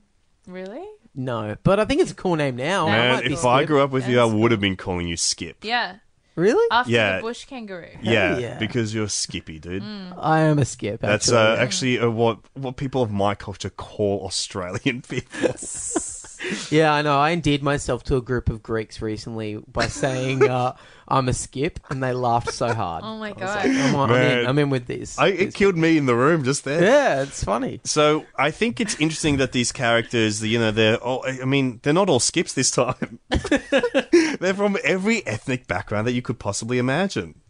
[SPEAKER 3] Really?
[SPEAKER 2] No, but I think it's a cool name now. I
[SPEAKER 1] Man,
[SPEAKER 2] might be
[SPEAKER 1] if I
[SPEAKER 2] Skip.
[SPEAKER 1] grew up with you, I
[SPEAKER 3] That's
[SPEAKER 1] would have been calling you Skip.
[SPEAKER 3] Yeah.
[SPEAKER 2] really,
[SPEAKER 3] After
[SPEAKER 1] Yeah.
[SPEAKER 3] the bush kangaroo.
[SPEAKER 1] Yeah,
[SPEAKER 2] yeah. Mm.
[SPEAKER 1] because you're Skippy, dude.
[SPEAKER 3] Um,
[SPEAKER 2] I am a Skip.
[SPEAKER 1] That's
[SPEAKER 2] actually.
[SPEAKER 1] uh, actually uh, what what people of my culture call Australian people.
[SPEAKER 2] Yeah, I know. I endeared myself to a group of Greeks recently by saying uh, I'm a skip, and they laughed so hard.
[SPEAKER 3] Oh my
[SPEAKER 2] I was
[SPEAKER 3] God.
[SPEAKER 2] like, I'm, on- I'm
[SPEAKER 1] Man.
[SPEAKER 2] in, I'm in with this.
[SPEAKER 1] I, it killed me in the room just there.
[SPEAKER 2] yeah, it's funny.
[SPEAKER 1] So I think it's interesting that these characters, you know, they're all, I mean, they're not all skips this time. they're from every ethnic background that you could possibly imagine.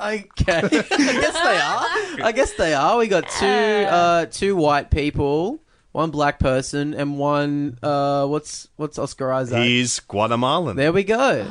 [SPEAKER 2] Okay, I guess they are. I guess they are. We got two uh, two white people, one black person, and one uh, what's what's Oscar Isaac?
[SPEAKER 1] He's Guatemalan.
[SPEAKER 2] There we go.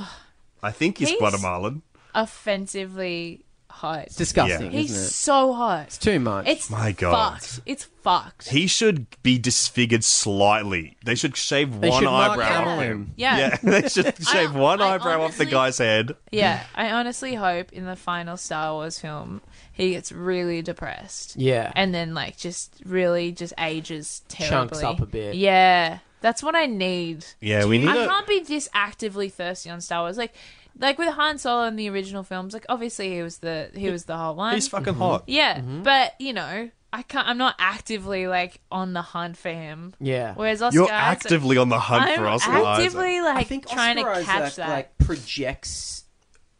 [SPEAKER 1] I think he's,
[SPEAKER 3] He's-
[SPEAKER 1] Guatemalan.
[SPEAKER 3] Offensively hot.
[SPEAKER 2] It's disgusting,
[SPEAKER 1] Yeah.
[SPEAKER 3] He's
[SPEAKER 2] isn't it?
[SPEAKER 3] so hot.
[SPEAKER 2] It's too much.
[SPEAKER 3] It's
[SPEAKER 1] My God.
[SPEAKER 3] fucked. It's fucked.
[SPEAKER 1] He should be disfigured slightly. They should shave
[SPEAKER 2] They
[SPEAKER 1] one
[SPEAKER 2] should mark
[SPEAKER 1] eyebrow
[SPEAKER 2] down
[SPEAKER 1] off him.
[SPEAKER 2] him.
[SPEAKER 3] yeah. yeah.
[SPEAKER 1] they should shave one
[SPEAKER 3] I
[SPEAKER 1] eyebrow off the
[SPEAKER 3] honestly-
[SPEAKER 1] guy's head.
[SPEAKER 3] I honestly hope in the final Star Wars film he gets really depressed.
[SPEAKER 2] Yeah.
[SPEAKER 3] And then like just really just ages terribly.
[SPEAKER 2] Chunks up a bit.
[SPEAKER 3] Yeah. That's what I need.
[SPEAKER 1] Yeah, we need
[SPEAKER 3] I
[SPEAKER 1] a-
[SPEAKER 3] can't be this actively thirsty on Star Wars. Like like with Han Solo in the original films, like obviously he was the he was the whole one.
[SPEAKER 1] He's fucking hot.
[SPEAKER 3] Yeah,
[SPEAKER 2] Mm-hmm.
[SPEAKER 3] but you know, I can't. I'm not actively like on the hunt for him.
[SPEAKER 2] Yeah.
[SPEAKER 3] Whereas Oscar,
[SPEAKER 1] You're
[SPEAKER 3] Isaac-
[SPEAKER 1] actively on the hunt
[SPEAKER 3] I'm
[SPEAKER 1] for Oscar Isaac.
[SPEAKER 3] actively like
[SPEAKER 2] I think
[SPEAKER 3] trying
[SPEAKER 2] Oscar
[SPEAKER 3] to catch
[SPEAKER 2] Isaac,
[SPEAKER 3] that.
[SPEAKER 2] like projects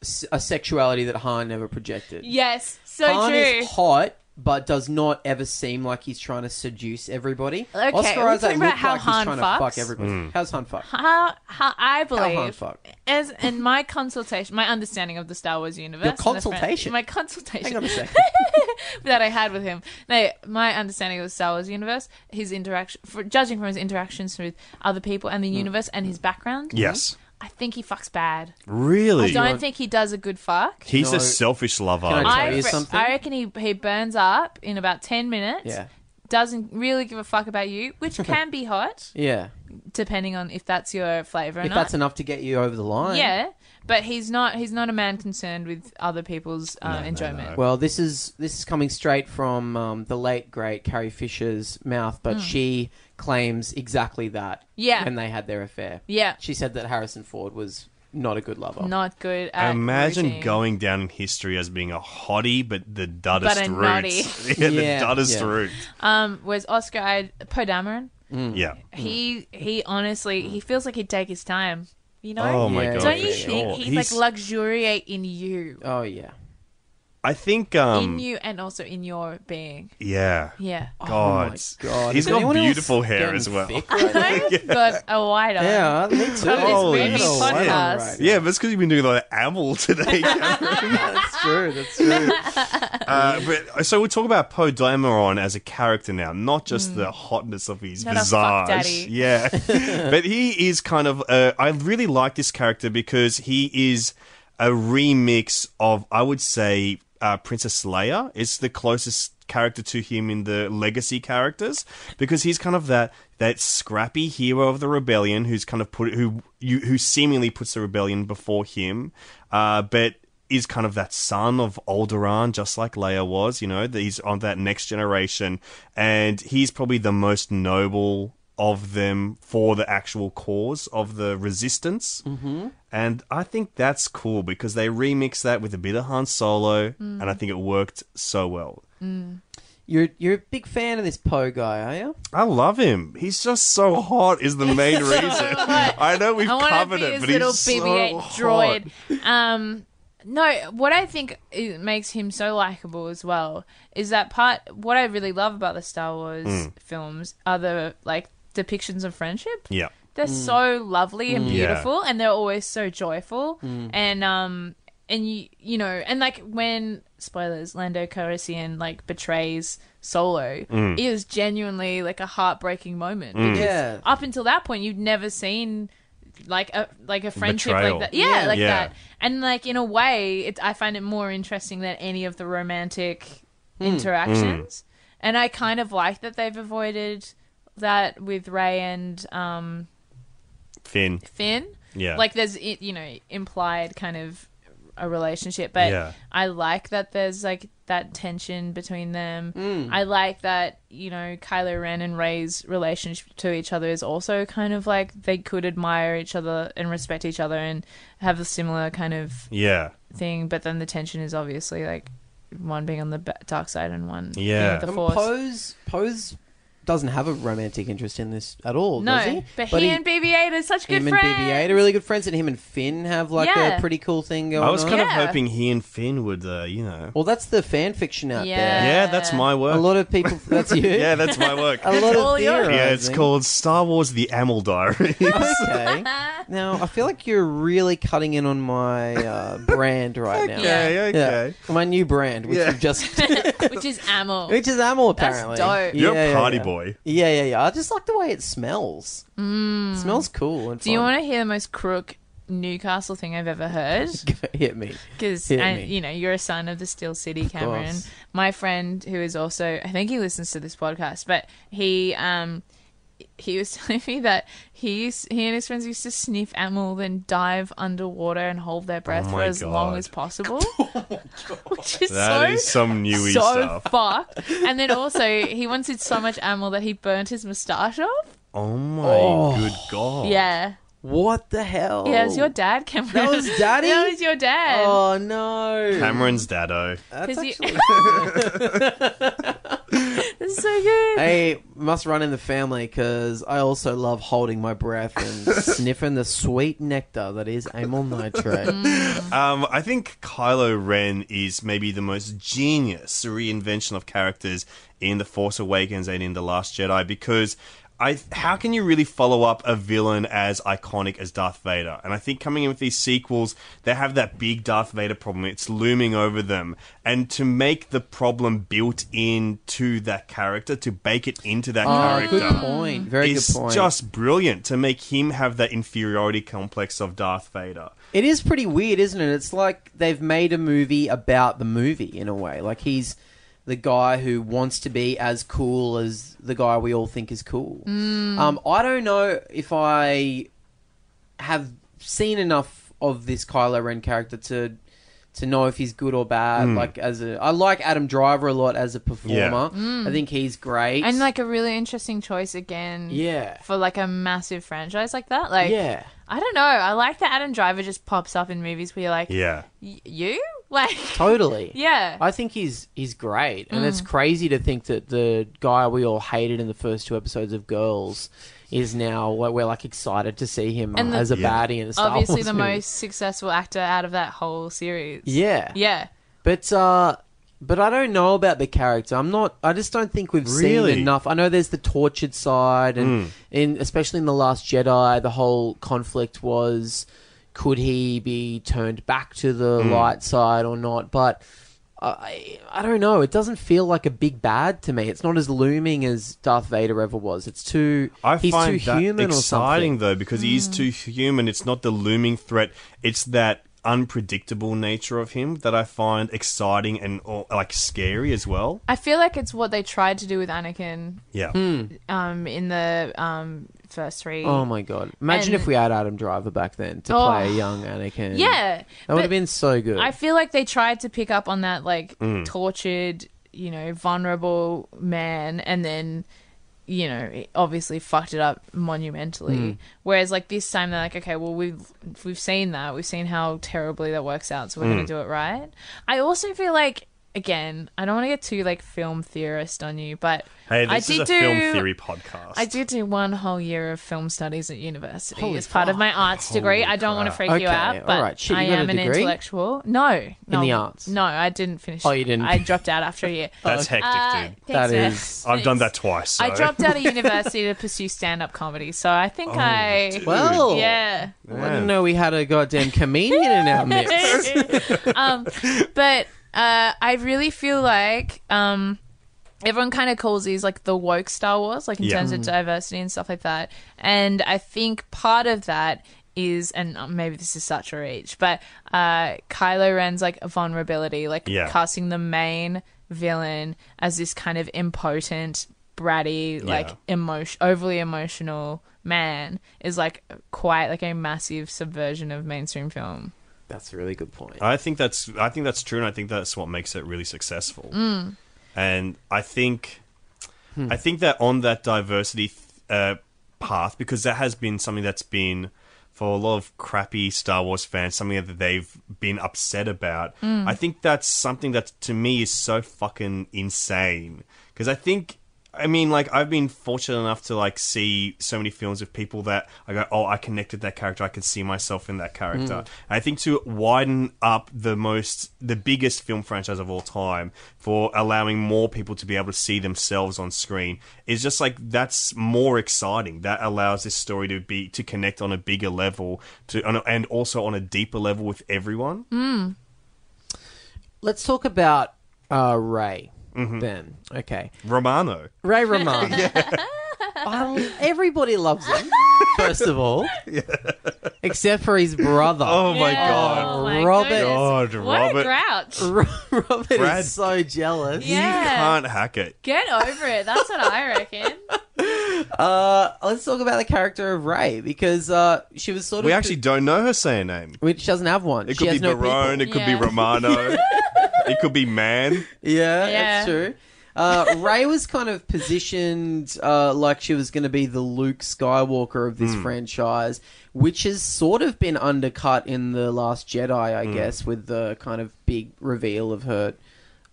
[SPEAKER 2] s- a sexuality that Han never projected.
[SPEAKER 3] yes, so
[SPEAKER 2] Han
[SPEAKER 3] true.
[SPEAKER 2] is hot, but does not ever seem like he's trying to seduce everybody.
[SPEAKER 3] Okay,
[SPEAKER 2] Oscar
[SPEAKER 3] are we
[SPEAKER 2] Isaac
[SPEAKER 3] talking about
[SPEAKER 2] looked
[SPEAKER 3] how
[SPEAKER 2] like
[SPEAKER 3] Han
[SPEAKER 2] he's trying
[SPEAKER 3] fucks?
[SPEAKER 2] to fuck everybody.
[SPEAKER 1] Hmm.
[SPEAKER 2] How's Han fuck?
[SPEAKER 3] how, how I
[SPEAKER 2] Han
[SPEAKER 3] believe
[SPEAKER 2] fuck?
[SPEAKER 3] as in my consultation, my understanding of the Star Wars universe, and the friend-
[SPEAKER 2] consultation?
[SPEAKER 3] my consultation
[SPEAKER 2] Hang on a second.
[SPEAKER 3] that I had with him. No, my understanding of the Star Wars universe, his interaction, for, judging from his interactions with other people and the
[SPEAKER 2] Mm.
[SPEAKER 3] universe and his background.
[SPEAKER 1] Yes.
[SPEAKER 3] I think he fucks bad. I
[SPEAKER 1] Really?
[SPEAKER 3] don't think he does a good fuck.
[SPEAKER 1] He's
[SPEAKER 2] No.
[SPEAKER 1] a selfish lover.
[SPEAKER 2] Can I
[SPEAKER 1] I
[SPEAKER 2] tell
[SPEAKER 3] I,
[SPEAKER 2] you
[SPEAKER 1] would
[SPEAKER 3] re-
[SPEAKER 1] say.
[SPEAKER 2] something?
[SPEAKER 3] I reckon he, he burns up in about 10 minutes.
[SPEAKER 2] Yeah.
[SPEAKER 3] Doesn't really give a fuck about you, which can be hot,
[SPEAKER 2] Yeah,
[SPEAKER 3] depending on if that's your flavour or
[SPEAKER 2] if
[SPEAKER 3] not.
[SPEAKER 2] that's enough to get you over the line.
[SPEAKER 3] yeah. But he's not he's not a man concerned with other people's uh, enjoyment.
[SPEAKER 2] Well, this is this is coming straight from um, the late great Carrie Fisher's mouth, but she claims exactly that.
[SPEAKER 3] Hmm. Yeah.
[SPEAKER 2] when they had their affair.
[SPEAKER 3] Yeah.
[SPEAKER 2] she said that Harrison Ford was not a good lover.
[SPEAKER 3] Not good at
[SPEAKER 1] Imagine
[SPEAKER 3] rooting.
[SPEAKER 1] going down in history as being a hottie, but the
[SPEAKER 3] But a
[SPEAKER 1] duddest
[SPEAKER 3] nutty.
[SPEAKER 1] root. yeah,
[SPEAKER 2] Yeah,
[SPEAKER 1] the duddest
[SPEAKER 2] yeah.
[SPEAKER 1] root.
[SPEAKER 3] Um was Oscar I Poe Dameron.
[SPEAKER 2] Hmm.
[SPEAKER 1] Yeah.
[SPEAKER 3] He he honestly he feels like he'd take his time. You know?
[SPEAKER 1] Oh my
[SPEAKER 2] Yeah.
[SPEAKER 1] god.
[SPEAKER 3] Don't
[SPEAKER 1] for
[SPEAKER 3] you
[SPEAKER 1] sure.
[SPEAKER 3] think he'd
[SPEAKER 1] He's-
[SPEAKER 3] like luxuriate in you.
[SPEAKER 2] Oh yeah,
[SPEAKER 1] I think
[SPEAKER 3] in
[SPEAKER 1] um
[SPEAKER 3] you and also in your being.
[SPEAKER 1] yeah.
[SPEAKER 3] Yeah.
[SPEAKER 1] God.
[SPEAKER 2] Oh God.
[SPEAKER 1] He's
[SPEAKER 2] Is
[SPEAKER 1] got
[SPEAKER 2] anyone else
[SPEAKER 1] beautiful hair
[SPEAKER 2] getting
[SPEAKER 1] as well.
[SPEAKER 2] thick
[SPEAKER 3] I've
[SPEAKER 2] right now?
[SPEAKER 3] got a wide eye.
[SPEAKER 2] Yeah, me too.
[SPEAKER 3] this
[SPEAKER 1] Holy
[SPEAKER 3] movie
[SPEAKER 1] shit.
[SPEAKER 3] podcast.
[SPEAKER 2] Right.
[SPEAKER 1] Yeah, but it's because you've been doing a lot of amble today.
[SPEAKER 2] That's true. That's true.
[SPEAKER 1] Uh, but so we talk about Poe Dameron as a character now, not just the hotness of his
[SPEAKER 3] Hmm. Not a fuck
[SPEAKER 1] visage.
[SPEAKER 3] daddy.
[SPEAKER 1] Yeah, but he is kind of. Uh, I really like this character because he is a remix of, I would say, uh, Princess Leia. It's the closest character to him in the legacy characters because he's kind of that that scrappy hero of the rebellion who's kind of put who you who seemingly puts the rebellion before him, uh, but is kind of that son of Alderaan, just like Leia was. You know, that he's on that next generation, and he's probably the most noble of them for the actual cause of the resistance. Mm-hmm. And I think that's cool because they remix that with a bit of Han Solo,
[SPEAKER 3] Mm.
[SPEAKER 1] and I think it worked so well.
[SPEAKER 2] You're you're a big fan of this Poe guy, are you?
[SPEAKER 1] I love him. He's just so hot is the main reason. I know we've
[SPEAKER 3] I want to
[SPEAKER 1] covered
[SPEAKER 3] be
[SPEAKER 1] it,
[SPEAKER 3] his
[SPEAKER 1] but
[SPEAKER 3] little
[SPEAKER 1] he's
[SPEAKER 3] BB-8
[SPEAKER 1] so hot.
[SPEAKER 3] droid. Um, no, what I think i- makes him so likable as well is that part. What I really love about the Star Wars
[SPEAKER 1] Hmm.
[SPEAKER 3] films are the like depictions of friendship.
[SPEAKER 1] Yeah. Hmm.
[SPEAKER 3] They're so lovely and
[SPEAKER 1] Yeah.
[SPEAKER 3] beautiful, and they're always so joyful.
[SPEAKER 1] Hmm.
[SPEAKER 3] And um, and you you know, and like when spoilers, Lando Calrissian like betrays Solo,
[SPEAKER 1] Hmm.
[SPEAKER 3] it is genuinely like a heartbreaking moment because
[SPEAKER 2] Yeah.
[SPEAKER 3] up until that point you'd never seen like a like a friendship
[SPEAKER 1] Betrayal.
[SPEAKER 3] like that yeah,
[SPEAKER 2] Yeah.
[SPEAKER 3] like
[SPEAKER 1] Yeah.
[SPEAKER 3] that and like in a way it, i find it more interesting than any of the romantic interactions and i kind of like that they've avoided that with ray and um
[SPEAKER 1] Finn.
[SPEAKER 3] finn
[SPEAKER 1] Yeah.
[SPEAKER 3] like there's i- you know implied kind of a relationship but
[SPEAKER 1] Yeah.
[SPEAKER 3] i like that there's like that tension between them
[SPEAKER 2] Mm.
[SPEAKER 3] i like that you know kylo ren and ray's relationship to each other is also kind of like they could admire each other and respect each other and have a similar kind of
[SPEAKER 1] Yeah.
[SPEAKER 3] thing but then the tension is obviously like one being on the ba- dark side and one being
[SPEAKER 1] Yeah.
[SPEAKER 3] with the
[SPEAKER 1] And
[SPEAKER 3] force
[SPEAKER 2] Um, Poe's Poe's doesn't have a romantic interest in this at all,
[SPEAKER 3] no
[SPEAKER 2] does he?
[SPEAKER 3] but, he, and bb8 are such good
[SPEAKER 2] him and
[SPEAKER 3] friends
[SPEAKER 2] BB-8 are really good friends, and him and Finn have like
[SPEAKER 3] Yeah.
[SPEAKER 2] a pretty cool thing going
[SPEAKER 1] I was
[SPEAKER 2] on.
[SPEAKER 1] kind of
[SPEAKER 3] Yeah.
[SPEAKER 1] hoping he and Finn would, uh, you know.
[SPEAKER 2] well, that's the fan fiction out
[SPEAKER 3] Yeah.
[SPEAKER 1] Yeah, that's my
[SPEAKER 2] there. A
[SPEAKER 1] work.
[SPEAKER 2] lot of people. That's you.
[SPEAKER 1] yeah, that's my work.
[SPEAKER 2] a lot
[SPEAKER 3] all
[SPEAKER 2] of
[SPEAKER 3] yours.
[SPEAKER 1] yeah, it's
[SPEAKER 2] theorizing.
[SPEAKER 1] called Star Wars: The Amel Diaries.
[SPEAKER 2] Okay. now I feel like you're really cutting in on my uh, brand right now.
[SPEAKER 1] okay, okay.
[SPEAKER 2] Yeah. My new brand, which
[SPEAKER 1] Yeah.
[SPEAKER 2] you've just
[SPEAKER 3] which is ammo
[SPEAKER 2] which is Amel
[SPEAKER 3] That's
[SPEAKER 2] apparently.
[SPEAKER 3] dope.
[SPEAKER 1] You're
[SPEAKER 2] Yeah,
[SPEAKER 1] a
[SPEAKER 2] yeah,
[SPEAKER 1] party
[SPEAKER 2] yeah.
[SPEAKER 1] boy.
[SPEAKER 2] Yeah, yeah, yeah. I just like the way it smells. Mm. It smells cool. And
[SPEAKER 3] Do you want to hear the most crook Newcastle thing I've ever heard?
[SPEAKER 2] to hit me?
[SPEAKER 3] Because
[SPEAKER 2] Hit me.
[SPEAKER 3] you know you're a son of the Steel City, Cameron.
[SPEAKER 2] course.
[SPEAKER 3] My friend, who is also, I think he listens to this podcast, but he um he was telling me that he used, he and his friends used to sniff amyl, then dive underwater and hold their breath
[SPEAKER 1] Oh
[SPEAKER 3] for
[SPEAKER 1] my
[SPEAKER 3] as long
[SPEAKER 1] God. Oh
[SPEAKER 3] as possible, which is
[SPEAKER 1] That
[SPEAKER 3] so
[SPEAKER 1] is some newy
[SPEAKER 3] so
[SPEAKER 1] stuff.
[SPEAKER 3] fucked. And then also he wanted so much amyl that he burnt his moustache off.
[SPEAKER 1] Oh my good god.
[SPEAKER 3] Yeah,
[SPEAKER 2] What the hell?
[SPEAKER 3] yeah, it was your dad, Cameron.
[SPEAKER 2] Oh. That was daddy?
[SPEAKER 3] that was your dad.
[SPEAKER 2] Oh no,
[SPEAKER 1] Cameron's daddo.
[SPEAKER 2] That's
[SPEAKER 3] 'Cause you-
[SPEAKER 2] actually.
[SPEAKER 3] It's so good.
[SPEAKER 2] Hey, must run in the family because I also love holding my breath and sniffing the sweet nectar that is amyl nitrate.
[SPEAKER 1] Um, I think Kylo Ren is maybe the most genius reinvention of characters in The Force Awakens and in The Last Jedi because I how can you really follow up a villain as iconic as Darth Vader? And I think coming in with these sequels, they have that big Darth Vader problem. It's looming over them. And to make the problem built into that character, to bake it into that
[SPEAKER 2] Oh,
[SPEAKER 1] character.
[SPEAKER 2] good point. Very
[SPEAKER 1] is
[SPEAKER 2] good point.
[SPEAKER 1] just brilliant to make him have that inferiority complex of Darth Vader.
[SPEAKER 2] It is pretty weird, isn't it? It's like they've made a movie about the movie in a way. Like he's the guy who wants to be as cool as the guy we all think is cool.
[SPEAKER 3] Mm.
[SPEAKER 2] Um, I don't know if I have seen enough of this Kylo Ren character to to know if he's good or bad. Like as a, I like Adam Driver a lot as a performer. I think he's great.
[SPEAKER 3] Mm. And like a really interesting choice again.
[SPEAKER 2] Yeah.
[SPEAKER 3] For like a massive franchise like that. Like
[SPEAKER 2] yeah,
[SPEAKER 3] I don't know. I like that Adam Driver just pops up in movies where you're like,
[SPEAKER 1] Yeah.
[SPEAKER 3] "Y- you? Like
[SPEAKER 2] totally.
[SPEAKER 3] Yeah. Mm.
[SPEAKER 2] I think he's he's great, and it's crazy to think that the guy we all hated in the first two episodes of Girls is now like, we're like excited to see him
[SPEAKER 3] And the-
[SPEAKER 2] as a
[SPEAKER 1] Yeah.
[SPEAKER 2] baddie in a Star
[SPEAKER 3] obviously
[SPEAKER 2] Wars
[SPEAKER 3] the
[SPEAKER 2] movie.
[SPEAKER 3] most successful actor out of that whole series.
[SPEAKER 2] yeah
[SPEAKER 3] Yeah.
[SPEAKER 2] But uh, but I don't know about the character. I'm not. I just don't think we've
[SPEAKER 1] Really? Hmm.
[SPEAKER 2] seen enough. I know there's the tortured side, and in especially in the Last Jedi, the whole conflict was could he be turned back to the
[SPEAKER 1] Hmm.
[SPEAKER 2] light side or not? But I I don't know. It doesn't feel like a big bad to me. It's not as looming as Darth Vader ever was. It's too.
[SPEAKER 1] I
[SPEAKER 2] he's
[SPEAKER 1] find
[SPEAKER 2] too
[SPEAKER 1] that
[SPEAKER 2] human or
[SPEAKER 1] exciting
[SPEAKER 2] something.
[SPEAKER 1] though because he
[SPEAKER 3] Mm.
[SPEAKER 1] is too human. It's not the looming threat. It's that unpredictable nature of him that I find exciting and or, like scary as well.
[SPEAKER 3] I feel like it's what they tried to do with Anakin
[SPEAKER 1] Yeah.
[SPEAKER 3] um in the um first three.
[SPEAKER 2] Oh my god! Imagine
[SPEAKER 3] And-
[SPEAKER 2] if we had Adam Driver back then to
[SPEAKER 3] Oh.
[SPEAKER 2] play a young Anakin.
[SPEAKER 3] Yeah.
[SPEAKER 2] that would have
[SPEAKER 3] but-
[SPEAKER 2] been so good.
[SPEAKER 3] I feel like they tried to pick up on
[SPEAKER 1] Mm.
[SPEAKER 3] that like tortured, you know, vulnerable man and then you know, it obviously fucked it up monumentally.
[SPEAKER 1] Mm.
[SPEAKER 3] Whereas like this time they're like, okay, well we've we've seen that, we've seen how terribly that works out, so we're
[SPEAKER 1] Mm.
[SPEAKER 3] gonna do it right. I also feel like again, I don't want to get too like film theorist on you, but
[SPEAKER 1] Hey,
[SPEAKER 3] I
[SPEAKER 1] this is
[SPEAKER 3] did
[SPEAKER 1] a film
[SPEAKER 3] do-
[SPEAKER 1] theory podcast.
[SPEAKER 3] I did do one whole year of film studies at university
[SPEAKER 2] Holy
[SPEAKER 3] as part of my arts degree. I don't want to freak
[SPEAKER 2] Okay,
[SPEAKER 3] you out, but
[SPEAKER 2] alright. Shit, you
[SPEAKER 3] I
[SPEAKER 2] got a
[SPEAKER 3] am an
[SPEAKER 2] degree?
[SPEAKER 3] intellectual. No, no,
[SPEAKER 2] the arts?
[SPEAKER 3] No, I didn't finish.
[SPEAKER 2] Oh, you didn't?
[SPEAKER 3] I dropped out after a year.
[SPEAKER 1] That's hectic,
[SPEAKER 3] Uh,
[SPEAKER 1] dude.
[SPEAKER 2] That
[SPEAKER 3] thanks, man.
[SPEAKER 2] is-
[SPEAKER 1] I've done
[SPEAKER 3] Thanks.
[SPEAKER 1] that twice. So.
[SPEAKER 3] I dropped out of university to pursue stand-up comedy, so I think I
[SPEAKER 2] Oh, Well,
[SPEAKER 3] yeah.
[SPEAKER 2] I didn't know we had a goddamn comedian in our mix.
[SPEAKER 3] um, but uh, I really feel like um, everyone kind of calls these like the woke Star Wars, like in
[SPEAKER 1] Yeah.
[SPEAKER 3] terms of diversity and stuff like that. And I think part of that is, and uh, maybe this is such a reach, but uh, Kylo Ren's like vulnerability, like
[SPEAKER 1] Yeah.
[SPEAKER 3] casting the main villain as this kind of impotent, bratty, like emotion, overly emotional man is like quite like a massive subversion of mainstream film.
[SPEAKER 2] That's a really good point.
[SPEAKER 1] I think that's I think that's true, and I think that's what makes it really successful. And I think I think that on that diversity th- uh, path, because that has been something that's been for a lot of crappy Star Wars fans, something that they've been upset about. I think that's something that to me is so fucking insane because I think. I mean, like I've been fortunate enough to like see so many films of people that I go, oh, I connected that character. I can see myself in that
[SPEAKER 2] Hmm.
[SPEAKER 1] character. And I think to widen up the most, the biggest film franchise of all time for allowing more people to be able to see themselves on screen is just like that's more exciting. That allows this story to be to connect on a bigger level to on a- and also on a deeper level with everyone.
[SPEAKER 2] Hmm. Let's talk about uh, Ray
[SPEAKER 1] Mm-hmm.
[SPEAKER 2] then. Okay.
[SPEAKER 1] Romano,
[SPEAKER 2] Ray Romano. I- everybody loves him, first of all. Except for his brother.
[SPEAKER 1] oh my god,
[SPEAKER 3] Oh my
[SPEAKER 2] Robert-
[SPEAKER 3] goodness.
[SPEAKER 1] God,
[SPEAKER 3] what
[SPEAKER 1] Robert.
[SPEAKER 3] a grouch.
[SPEAKER 2] Robert
[SPEAKER 1] Brad-
[SPEAKER 2] is so jealous.
[SPEAKER 1] you
[SPEAKER 3] Yeah.
[SPEAKER 1] can't hack it.
[SPEAKER 3] Get over it. That's what I reckon.
[SPEAKER 2] Uh, let's talk about the character of Ray because uh, she was sort of.
[SPEAKER 1] We actually don't know her saying name.
[SPEAKER 2] Which she doesn't have one.
[SPEAKER 1] It
[SPEAKER 2] she
[SPEAKER 1] could
[SPEAKER 2] has
[SPEAKER 1] be
[SPEAKER 2] no
[SPEAKER 1] Barone.
[SPEAKER 2] people.
[SPEAKER 1] It could
[SPEAKER 3] Yeah.
[SPEAKER 1] be Romano. it could be Man.
[SPEAKER 2] Yeah,
[SPEAKER 3] Yeah.
[SPEAKER 2] that's true. Uh, Ray was kind of positioned uh, like she was going to be the Luke Skywalker of this franchise, which has sort of been undercut in the Last Jedi, I guess, with the kind of big reveal of her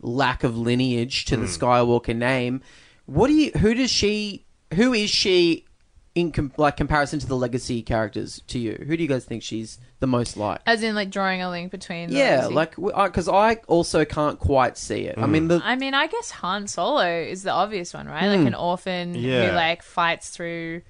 [SPEAKER 2] lack of lineage to the Skywalker name. What do you? Who does she? Who is she? In com- like comparison to the legacy characters to you, who do you guys think she's the most like?
[SPEAKER 3] As in, like, drawing a link between the
[SPEAKER 2] Yeah,
[SPEAKER 3] two.
[SPEAKER 2] like because I also can't quite see it. I mean, the
[SPEAKER 3] I mean, I guess Han Solo is the obvious one, right?
[SPEAKER 2] Hmm.
[SPEAKER 3] Like, an orphan
[SPEAKER 1] Yeah.
[SPEAKER 3] who, like, fights through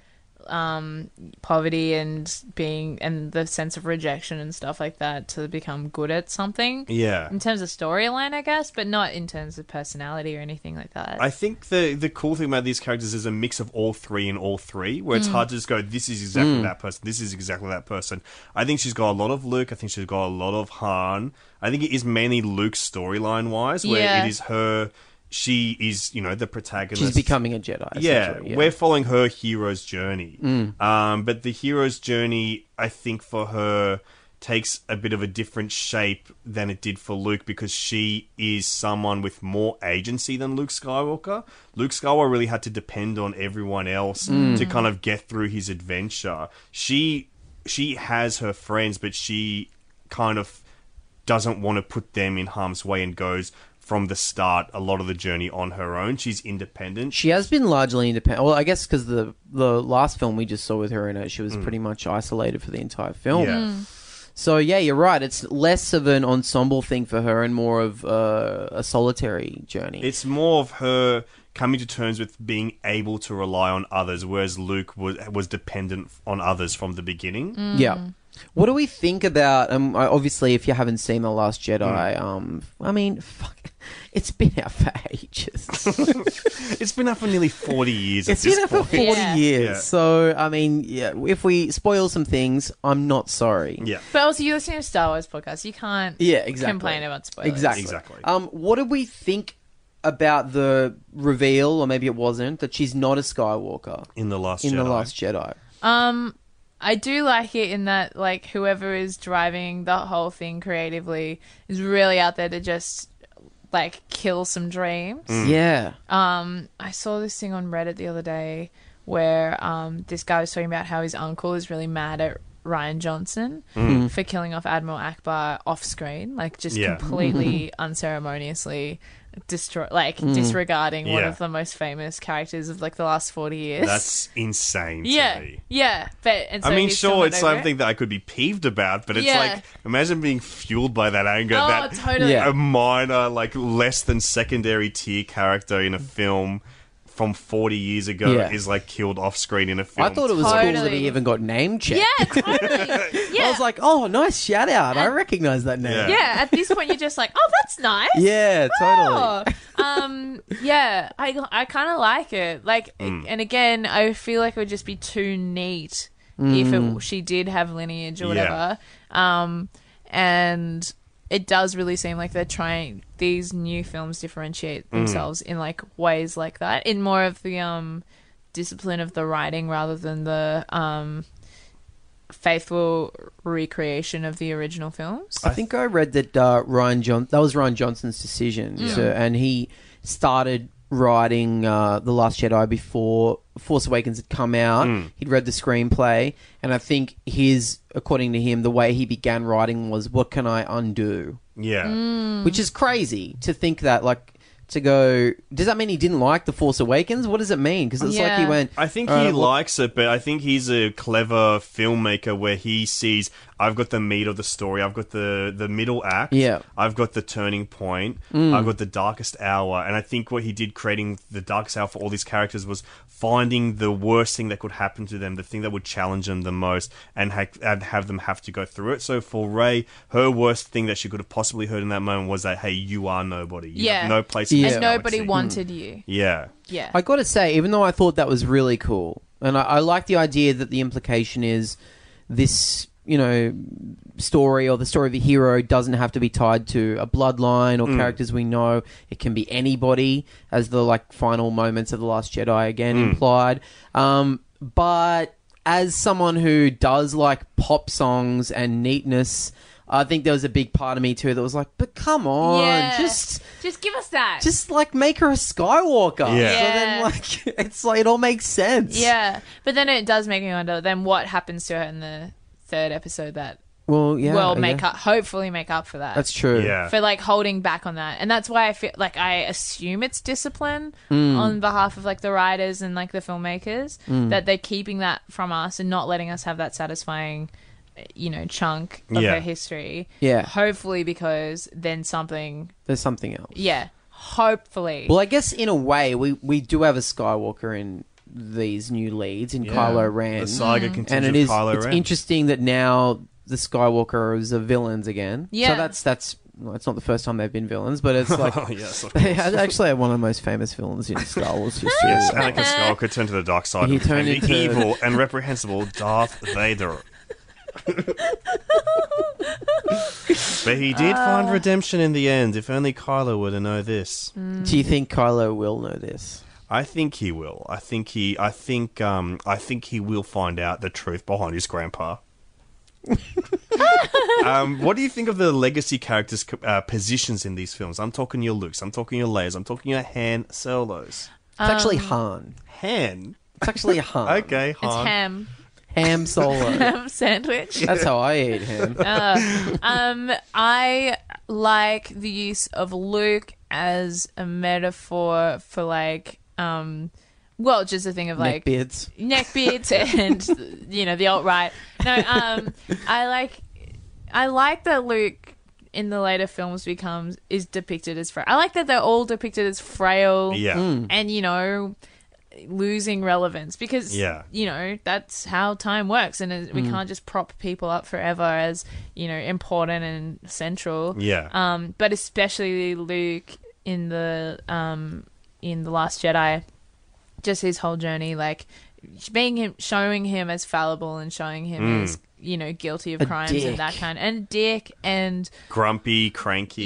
[SPEAKER 3] um poverty and being and the sense of rejection and stuff like that to become good at something
[SPEAKER 1] Yeah.
[SPEAKER 3] in terms of storyline i guess but not in terms of personality or anything like that
[SPEAKER 1] I think the the cool thing about these characters is a mix of all three and all three, where it's hard to just go, this is exactly that person, this is exactly that person. I think she's got a lot of Luke. I think she's got a lot of Han. I think it is mainly Luke's storyline wise, where
[SPEAKER 3] Yeah.
[SPEAKER 1] it is her. She is, you know, the protagonist.
[SPEAKER 2] She's becoming a Jedi.
[SPEAKER 1] yeah,
[SPEAKER 2] essentially,
[SPEAKER 1] we're following her hero's journey. Um, but the hero's journey, I think, for her takes a bit of a different shape than it did for Luke because she is someone with more agency than Luke Skywalker. Luke Skywalker really had to depend on everyone else to kind of get through his adventure. She she has her friends, but she kind of doesn't want to put them in harm's way and goes from the start a lot of the journey on her own. She's independent.
[SPEAKER 2] She has been largely independent. Well, I guess because the the last film we just saw with her in it, she was pretty much isolated for the entire film.
[SPEAKER 1] Mm. Yeah.
[SPEAKER 2] So yeah, you're right. It's less of an ensemble thing for her and more of uh, a solitary journey.
[SPEAKER 1] It's more of her coming to terms with being able to rely on others, whereas Luke was was dependent on others from the beginning.
[SPEAKER 3] Mm.
[SPEAKER 2] Yeah. What do we think about? Um, I- obviously, if you haven't seen the Last Jedi,
[SPEAKER 1] Mm.
[SPEAKER 2] um, I mean, fuck, it's been out for ages.
[SPEAKER 1] It's been up for nearly forty years.
[SPEAKER 2] It's
[SPEAKER 1] at this
[SPEAKER 2] been out for
[SPEAKER 1] point.
[SPEAKER 2] forty
[SPEAKER 3] Yeah.
[SPEAKER 2] years.
[SPEAKER 1] Yeah.
[SPEAKER 2] So I mean, yeah, if we spoil some things, I'm not sorry.
[SPEAKER 1] Yeah.
[SPEAKER 3] but also you're listening to star wars podcast you can't
[SPEAKER 2] Yeah, exactly.
[SPEAKER 3] complain about spoilers
[SPEAKER 2] Exactly.
[SPEAKER 1] Exactly.
[SPEAKER 2] Um, what did we think about the reveal, or maybe it wasn't, that she's not a Skywalker
[SPEAKER 1] In the last
[SPEAKER 2] in
[SPEAKER 1] Jedi.
[SPEAKER 2] The Last Jedi?
[SPEAKER 3] Um, I do like it in that like whoever is driving the whole thing creatively is really out there to just like kill some dreams.
[SPEAKER 1] Mm.
[SPEAKER 2] Yeah.
[SPEAKER 3] Um, I saw this thing on Reddit the other day where um, this guy was talking about how his uncle is really mad at Ryan Johnson for killing off Admiral Akbar off screen, like just
[SPEAKER 1] Mm. Yeah.
[SPEAKER 3] completely unceremoniously destroy, like disregarding one
[SPEAKER 1] Yeah.
[SPEAKER 3] of the most famous characters of like the last forty years.
[SPEAKER 1] That's insane to
[SPEAKER 3] yeah,
[SPEAKER 1] me.
[SPEAKER 3] yeah. But and so
[SPEAKER 1] I mean,
[SPEAKER 3] he's still
[SPEAKER 1] sure,
[SPEAKER 3] not
[SPEAKER 1] it's
[SPEAKER 3] over it.
[SPEAKER 1] something that I could be peeved about, but it's
[SPEAKER 3] Yeah.
[SPEAKER 1] like imagine being fueled by that anger.
[SPEAKER 3] Oh,
[SPEAKER 1] that
[SPEAKER 3] totally.
[SPEAKER 2] Yeah.
[SPEAKER 1] a minor, like less than secondary tier character in a film from 40 years ago
[SPEAKER 2] Yeah.
[SPEAKER 1] is like killed off screen in a film.
[SPEAKER 2] I thought it was cool that
[SPEAKER 3] Totally.
[SPEAKER 2] he even got name checked.
[SPEAKER 3] Yeah, totally. Yeah.
[SPEAKER 2] I was like, oh, nice shout out. I recognize that name.
[SPEAKER 1] Yeah.
[SPEAKER 3] yeah, at this point you're just like, oh, that's nice.
[SPEAKER 2] Yeah,
[SPEAKER 3] Oh.
[SPEAKER 2] totally.
[SPEAKER 3] um, yeah, I, I kind of like it. Like,
[SPEAKER 2] Mm.
[SPEAKER 3] and again, I feel like it would just be too neat
[SPEAKER 2] Mm.
[SPEAKER 3] if it, she did have lineage or
[SPEAKER 1] Yeah.
[SPEAKER 3] whatever. Um, and it does really seem like they're trying these new films
[SPEAKER 2] Mm.
[SPEAKER 3] differentiate themselves in like ways like that, in more of the um discipline of the writing rather than the um faithful recreation of the original films.
[SPEAKER 2] I think I read that uh, Ryan John that was Ryan Johnson's decision, so, and he started writing uh, the Last Jedi before Force Awakens had come out.
[SPEAKER 1] Mm.
[SPEAKER 2] He'd read the screenplay, and I think his, according to him, the way he began writing was, "What can I undo?"
[SPEAKER 1] Yeah.
[SPEAKER 3] Mm.
[SPEAKER 2] which is crazy to think that like to go does that mean he didn't like the force awakens what does it mean because it's like he
[SPEAKER 3] Yeah.
[SPEAKER 2] went
[SPEAKER 1] I think
[SPEAKER 2] "All
[SPEAKER 1] he
[SPEAKER 2] right, well,
[SPEAKER 1] likes it, but I think he's a clever filmmaker where he sees I've got the meat of the story, I've got the the middle act,
[SPEAKER 2] Yeah. Mm.
[SPEAKER 1] I've got the turning point, I've got the darkest hour, and I think what he did creating the darkest hour for all these characters was finding the worst thing that could happen to them, the thing that would challenge them the most, and ha- and have them have to go through it. So for Ray, her worst thing that she could have possibly heard in that moment was that hey, you are nobody, you
[SPEAKER 3] Yeah.
[SPEAKER 1] have no place,
[SPEAKER 2] Yeah. Mm.
[SPEAKER 1] in
[SPEAKER 3] and
[SPEAKER 1] our
[SPEAKER 3] nobody
[SPEAKER 1] galaxy."
[SPEAKER 3] wanted you.
[SPEAKER 1] yeah,
[SPEAKER 3] Yeah.
[SPEAKER 2] I got to say, even though I thought that was really cool, and I, I like the idea that the implication is this, you know, story or the story of the hero doesn't have to be tied to a bloodline or characters we know. It can be anybody, as the like final moments of the Last Jedi again implied. Um, but as someone who does like pop songs and neatness. I think there was a big part of me too that was like, but come on,
[SPEAKER 3] Yeah.
[SPEAKER 2] just
[SPEAKER 3] Just give us that.
[SPEAKER 2] just like make her a Skywalker.
[SPEAKER 1] Yeah.
[SPEAKER 2] So then
[SPEAKER 3] Yeah.
[SPEAKER 2] like it's like it all makes sense.
[SPEAKER 3] yeah, but then it does make me wonder. Then what happens to her in the third episode that
[SPEAKER 2] Well, yeah.
[SPEAKER 3] will
[SPEAKER 2] yeah.
[SPEAKER 3] make up, hopefully make up for that.
[SPEAKER 2] That's true.
[SPEAKER 1] yeah.
[SPEAKER 3] for like holding back on that, and that's why I feel like I assume it's discipline
[SPEAKER 2] Hmm.
[SPEAKER 3] on behalf of like the writers and like the filmmakers that they're keeping that from us and not letting us have that satisfying, eh, you know, chunk of
[SPEAKER 1] Yeah.
[SPEAKER 3] her history.
[SPEAKER 2] Yeah.
[SPEAKER 3] hopefully because then something.
[SPEAKER 2] There's something else.
[SPEAKER 3] Yeah, hopefully.
[SPEAKER 2] Well, I guess in a way we we do have a Skywalker in these new leads in Kylo Ren.
[SPEAKER 1] The saga continues
[SPEAKER 2] and it
[SPEAKER 1] with
[SPEAKER 2] is
[SPEAKER 1] Kylo
[SPEAKER 2] it's
[SPEAKER 1] Ren.
[SPEAKER 2] interesting that now the Skywalkers are villains again. So
[SPEAKER 3] Yeah.
[SPEAKER 2] that's that's well, it's not the first time they've been villains, but it's like
[SPEAKER 1] yes, of
[SPEAKER 2] they actually have one of the most famous villains in Star Wars history.
[SPEAKER 1] Yes, Anakin Skywalker turned to the dark side
[SPEAKER 2] He
[SPEAKER 1] and became
[SPEAKER 2] turned
[SPEAKER 1] the
[SPEAKER 2] into-
[SPEAKER 1] evil and reprehensible Darth Vader. but he did
[SPEAKER 2] Uh,
[SPEAKER 1] find redemption in the end. If only Kylo were to know this.
[SPEAKER 2] Do you think Kylo will know this?
[SPEAKER 1] I think he will. I think he. I think. Um. I think he will find out the truth behind his grandpa. um, what do you think of the legacy characters' uh, positions in these films? I'm talking your Luke's. I'm talking your Leia's. I'm talking your Han Solos.
[SPEAKER 3] Um,
[SPEAKER 2] It's actually Han.
[SPEAKER 1] Han.
[SPEAKER 2] It's actually Han.
[SPEAKER 1] Okay,
[SPEAKER 3] it's
[SPEAKER 1] Han.
[SPEAKER 3] ham
[SPEAKER 2] Ham solo.
[SPEAKER 3] ham sandwich.
[SPEAKER 2] That's how I eat ham.
[SPEAKER 3] Um, I like the use of Luke as a metaphor for like, um, well, just a thing of like
[SPEAKER 2] Neckbeards.
[SPEAKER 3] neckbeards and you know the alt right. No, um, I like, I like that Luke in the later films becomes is depicted as frail. I like that they're all depicted as frail
[SPEAKER 1] Yeah.
[SPEAKER 3] and you know losing relevance because
[SPEAKER 1] Yeah.
[SPEAKER 3] you know that's how time works and it- we can't just prop people up forever as you know important and central
[SPEAKER 1] Yeah.
[SPEAKER 3] um but especially luke in the um in the last jedi just his whole journey like being him showing him as fallible and showing him
[SPEAKER 2] Mm.
[SPEAKER 3] as you know guilty of
[SPEAKER 2] A
[SPEAKER 3] crimes
[SPEAKER 2] dick.
[SPEAKER 3] and that kind and dick and
[SPEAKER 1] grumpy, cranky.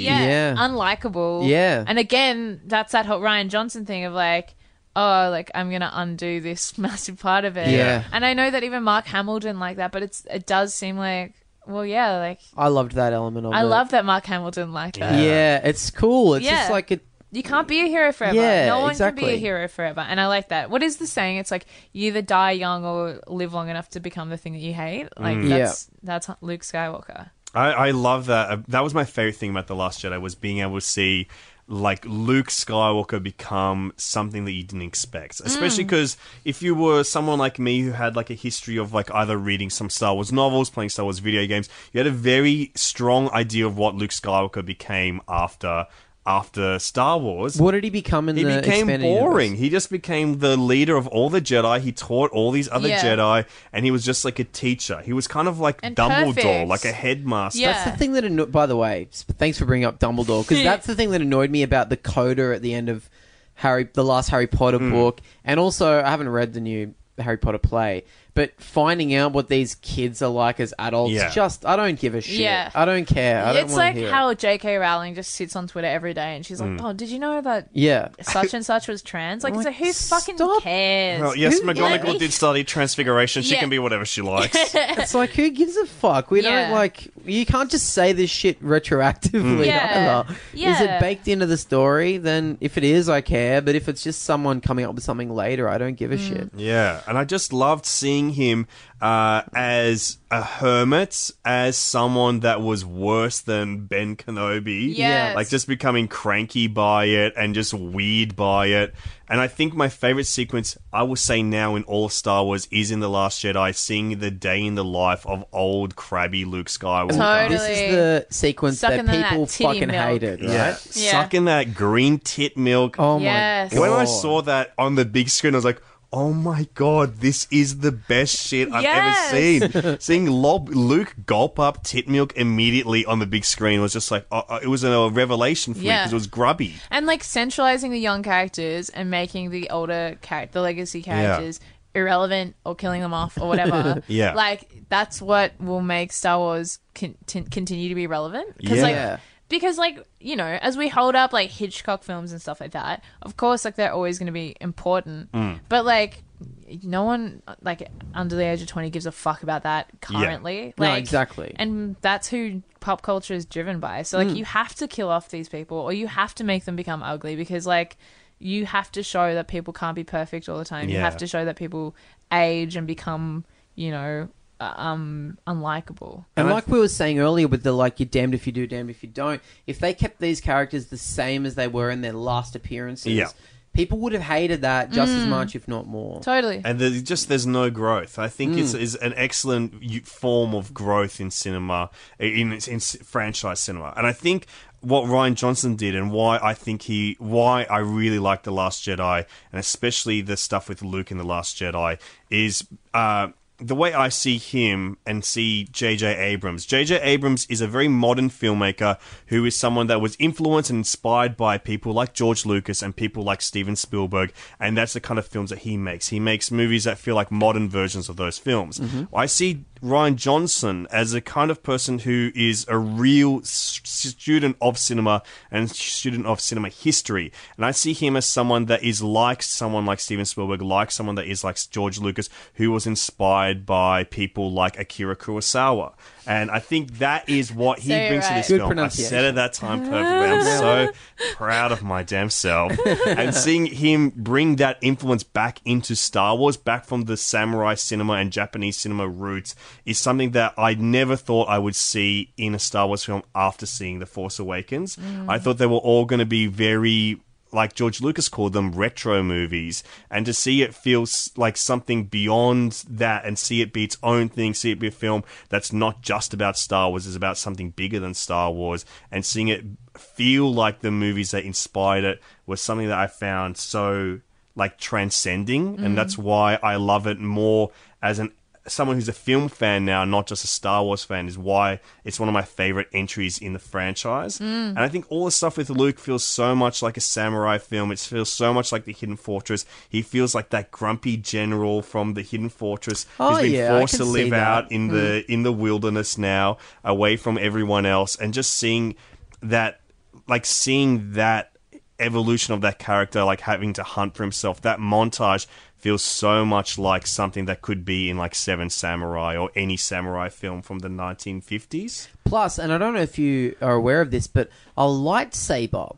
[SPEAKER 2] Yeah.
[SPEAKER 3] yeah, unlikable.
[SPEAKER 2] Yeah.
[SPEAKER 3] And again, that's that whole Ryan Johnson thing of like, oh, like I'm gonna undo this massive part of it.
[SPEAKER 2] Yeah.
[SPEAKER 3] And I know that even Mark Hamill didn't like that, but it's it does seem like well, yeah, like
[SPEAKER 2] I loved that element of
[SPEAKER 3] I
[SPEAKER 2] it.
[SPEAKER 3] love that Mark Hamilton like that.
[SPEAKER 2] Yeah, it's cool. It's just
[SPEAKER 3] Yeah.
[SPEAKER 2] like it.
[SPEAKER 3] You can't be a hero forever.
[SPEAKER 2] Yeah,
[SPEAKER 3] no one can be
[SPEAKER 2] exactly.
[SPEAKER 3] a hero forever. And I like that. What is the saying? It's like you either die young or live long enough to become the thing that you hate. Like
[SPEAKER 2] Mm. Yeah.
[SPEAKER 3] that's that's Luke Skywalker.
[SPEAKER 1] I, I love that. Uh, That was my favorite thing about the Last Jedi was being able to see like Luke Skywalker become something that you didn't expect. Especially because if you were someone like me who had like a history of like either reading some Star Wars novels, playing Star Wars video games, you had a very strong idea of what Luke Skywalker became after after Star Wars.
[SPEAKER 2] What did he become in
[SPEAKER 1] He
[SPEAKER 2] the
[SPEAKER 1] became
[SPEAKER 2] expanded
[SPEAKER 1] boring.
[SPEAKER 2] universe?
[SPEAKER 1] He just became the leader of all the Jedi. He taught all these other
[SPEAKER 3] Yeah.
[SPEAKER 1] Jedi, and he was just like a teacher. He was kind of like
[SPEAKER 3] And
[SPEAKER 1] Dumbledore,
[SPEAKER 3] perfect.
[SPEAKER 1] like a headmaster.
[SPEAKER 3] Yeah.
[SPEAKER 2] That's the thing that annoyed. By the way, s- thanks for bringing up Dumbledore because that's the thing that annoyed me about the coda at the end of Harry, the last Harry Potter
[SPEAKER 1] Hmm.
[SPEAKER 2] book, and also I haven't read the new Harry Potter play, but finding out what these kids are like as adults,
[SPEAKER 1] Yeah.
[SPEAKER 2] just I don't give a shit.
[SPEAKER 3] Yeah.
[SPEAKER 2] I don't care. I don't
[SPEAKER 3] it's
[SPEAKER 2] wanna
[SPEAKER 3] like
[SPEAKER 2] hear it.
[SPEAKER 3] how J.K. Rowling just sits on Twitter every day and she's like, "Oh, did you know that
[SPEAKER 2] Yeah.
[SPEAKER 3] such and such was trans?" Like,
[SPEAKER 2] I'm
[SPEAKER 3] it's like,
[SPEAKER 2] like,
[SPEAKER 3] who fucking
[SPEAKER 2] stop.
[SPEAKER 3] cares?
[SPEAKER 1] Well, yes,
[SPEAKER 2] Who-
[SPEAKER 1] McGonagall
[SPEAKER 3] Let me-
[SPEAKER 1] did study transfiguration. She
[SPEAKER 3] Yeah.
[SPEAKER 1] can be whatever she likes.
[SPEAKER 2] It's like who gives a fuck? We
[SPEAKER 3] Yeah.
[SPEAKER 2] don't like you can't just say this shit retroactively
[SPEAKER 3] Yeah.
[SPEAKER 2] either. Is
[SPEAKER 3] Yeah.
[SPEAKER 2] it baked into the story? Then if it is, I care. But if it's just someone coming up with something later, I don't give
[SPEAKER 3] Mm.
[SPEAKER 2] a shit.
[SPEAKER 1] yeah, and I just loved seeing him uh, as a hermit, as someone that was worse than Ben Kenobi.
[SPEAKER 3] Yes.
[SPEAKER 1] like just becoming cranky by it and just weird by it. And I think my favorite sequence, I will say now in all of Star Wars, is in The Last Jedi, seeing the day in the life of old crabby Luke Skywalker.
[SPEAKER 3] Totally.
[SPEAKER 2] This is the sequence
[SPEAKER 3] Sucking
[SPEAKER 2] that
[SPEAKER 3] on that
[SPEAKER 2] people
[SPEAKER 3] titty
[SPEAKER 2] fucking
[SPEAKER 3] milk.
[SPEAKER 2] hated, right?
[SPEAKER 1] Yeah,
[SPEAKER 3] Yeah.
[SPEAKER 1] sucking that green tit milk.
[SPEAKER 2] Oh
[SPEAKER 3] Yes.
[SPEAKER 2] my god!
[SPEAKER 1] When I saw that on the big screen, I was like, "Oh my god, this is the best shit I've
[SPEAKER 3] Yes.
[SPEAKER 1] ever seen." Seeing Lob- Luke gulp up tit milk immediately on the big screen was just like, oh, oh, it was a revelation for me 'cause me
[SPEAKER 3] Yeah.
[SPEAKER 1] because it was grubby.
[SPEAKER 3] and like centralizing the young characters and making the older character, the legacy characters irrelevant or killing them off or whatever.
[SPEAKER 1] Yeah.
[SPEAKER 3] like that's what will make Star Wars con- tin- continue to be relevant. 'Cause,
[SPEAKER 2] Yeah.
[SPEAKER 3] Like, because like you know, as we hold up like Hitchcock films and stuff like that, of course, like they're always going to be important.
[SPEAKER 2] Mm.
[SPEAKER 3] But like, no one like under the age of twenty gives a fuck about that currently.
[SPEAKER 2] No,
[SPEAKER 3] Like,
[SPEAKER 2] exactly.
[SPEAKER 3] and that's who pop culture is driven by. So
[SPEAKER 2] Hmm.
[SPEAKER 3] like you have to kill off these people or you have to make them become ugly because like you have to show that people can't be perfect all the time. You
[SPEAKER 1] Yeah.
[SPEAKER 3] have to show that people age and become, you know, uh, um unlikable.
[SPEAKER 2] And like we were saying earlier, with the like, you're damned if you do, damned if you don't. If they kept these characters the same as they were in their last appearances,
[SPEAKER 1] Yeah.
[SPEAKER 2] people would have hated that just
[SPEAKER 3] Mm.
[SPEAKER 2] as much, if not more.
[SPEAKER 3] Totally.
[SPEAKER 1] And there's just there's no growth. I think it's is an excellent u- form of growth in cinema, in, in s- franchise cinema. And I think what Ryan Johnson did, and why I think he, why I really like the Last Jedi, and especially the stuff with Luke in the Last Jedi, is. Uh, the way I see him and see J.J. Abrams, J.J. Abrams is a very modern filmmaker who is someone that was influenced and inspired by people like George Lucas and people like Steven Spielberg, and that's the kind of films that he makes. He makes movies that feel like modern versions of those films. I see Ryan Johnson as a kind of person who is a real s- student of cinema and student of cinema history. And I see him as someone that is like someone like Steven Spielberg, like someone that is like George Lucas, who was inspired by people like Akira Kurosawa. And I think that is what he
[SPEAKER 3] Say it
[SPEAKER 1] brings to
[SPEAKER 3] right.
[SPEAKER 1] this
[SPEAKER 2] Good
[SPEAKER 1] film. I said
[SPEAKER 2] pronunciation.
[SPEAKER 1] it that time perfectly. I'm so proud of my damn self. And seeing him bring that influence back into Star Wars, back from the samurai cinema and Japanese cinema roots, is something that I never thought I would see in a Star Wars film after seeing The Force Awakens. I thought they were all going to be very like George Lucas called them retro movies, and to see it feel s- like something beyond that and see it be its own thing, see it be a film that's not just about Star Wars, is about something bigger than Star Wars, and seeing it feel like the movies that inspired it was something that I found so like transcending,
[SPEAKER 2] Mm.
[SPEAKER 1] and that's why I love it more as an someone who's a film fan now, not just a Star Wars fan, is why it's one of my favorite entries in the franchise.
[SPEAKER 2] Mm.
[SPEAKER 1] And I think all the stuff with Luke feels so much like a samurai film. It feels so much like the Hidden Fortress. He feels like that grumpy general from the Hidden Fortress
[SPEAKER 2] Oh,
[SPEAKER 1] who's been
[SPEAKER 2] yeah, I
[SPEAKER 1] forced
[SPEAKER 2] can
[SPEAKER 1] to live
[SPEAKER 2] see that.
[SPEAKER 1] out in the
[SPEAKER 3] Hmm.
[SPEAKER 1] in the wilderness now, away from everyone else, and just seeing that, like seeing that evolution of that character, like having to hunt for himself. That montage feels so much like something that could be in like Seven Samurai or any samurai film from the 1950s.
[SPEAKER 2] Plus, and I don't know if you are aware of this, but a lightsaber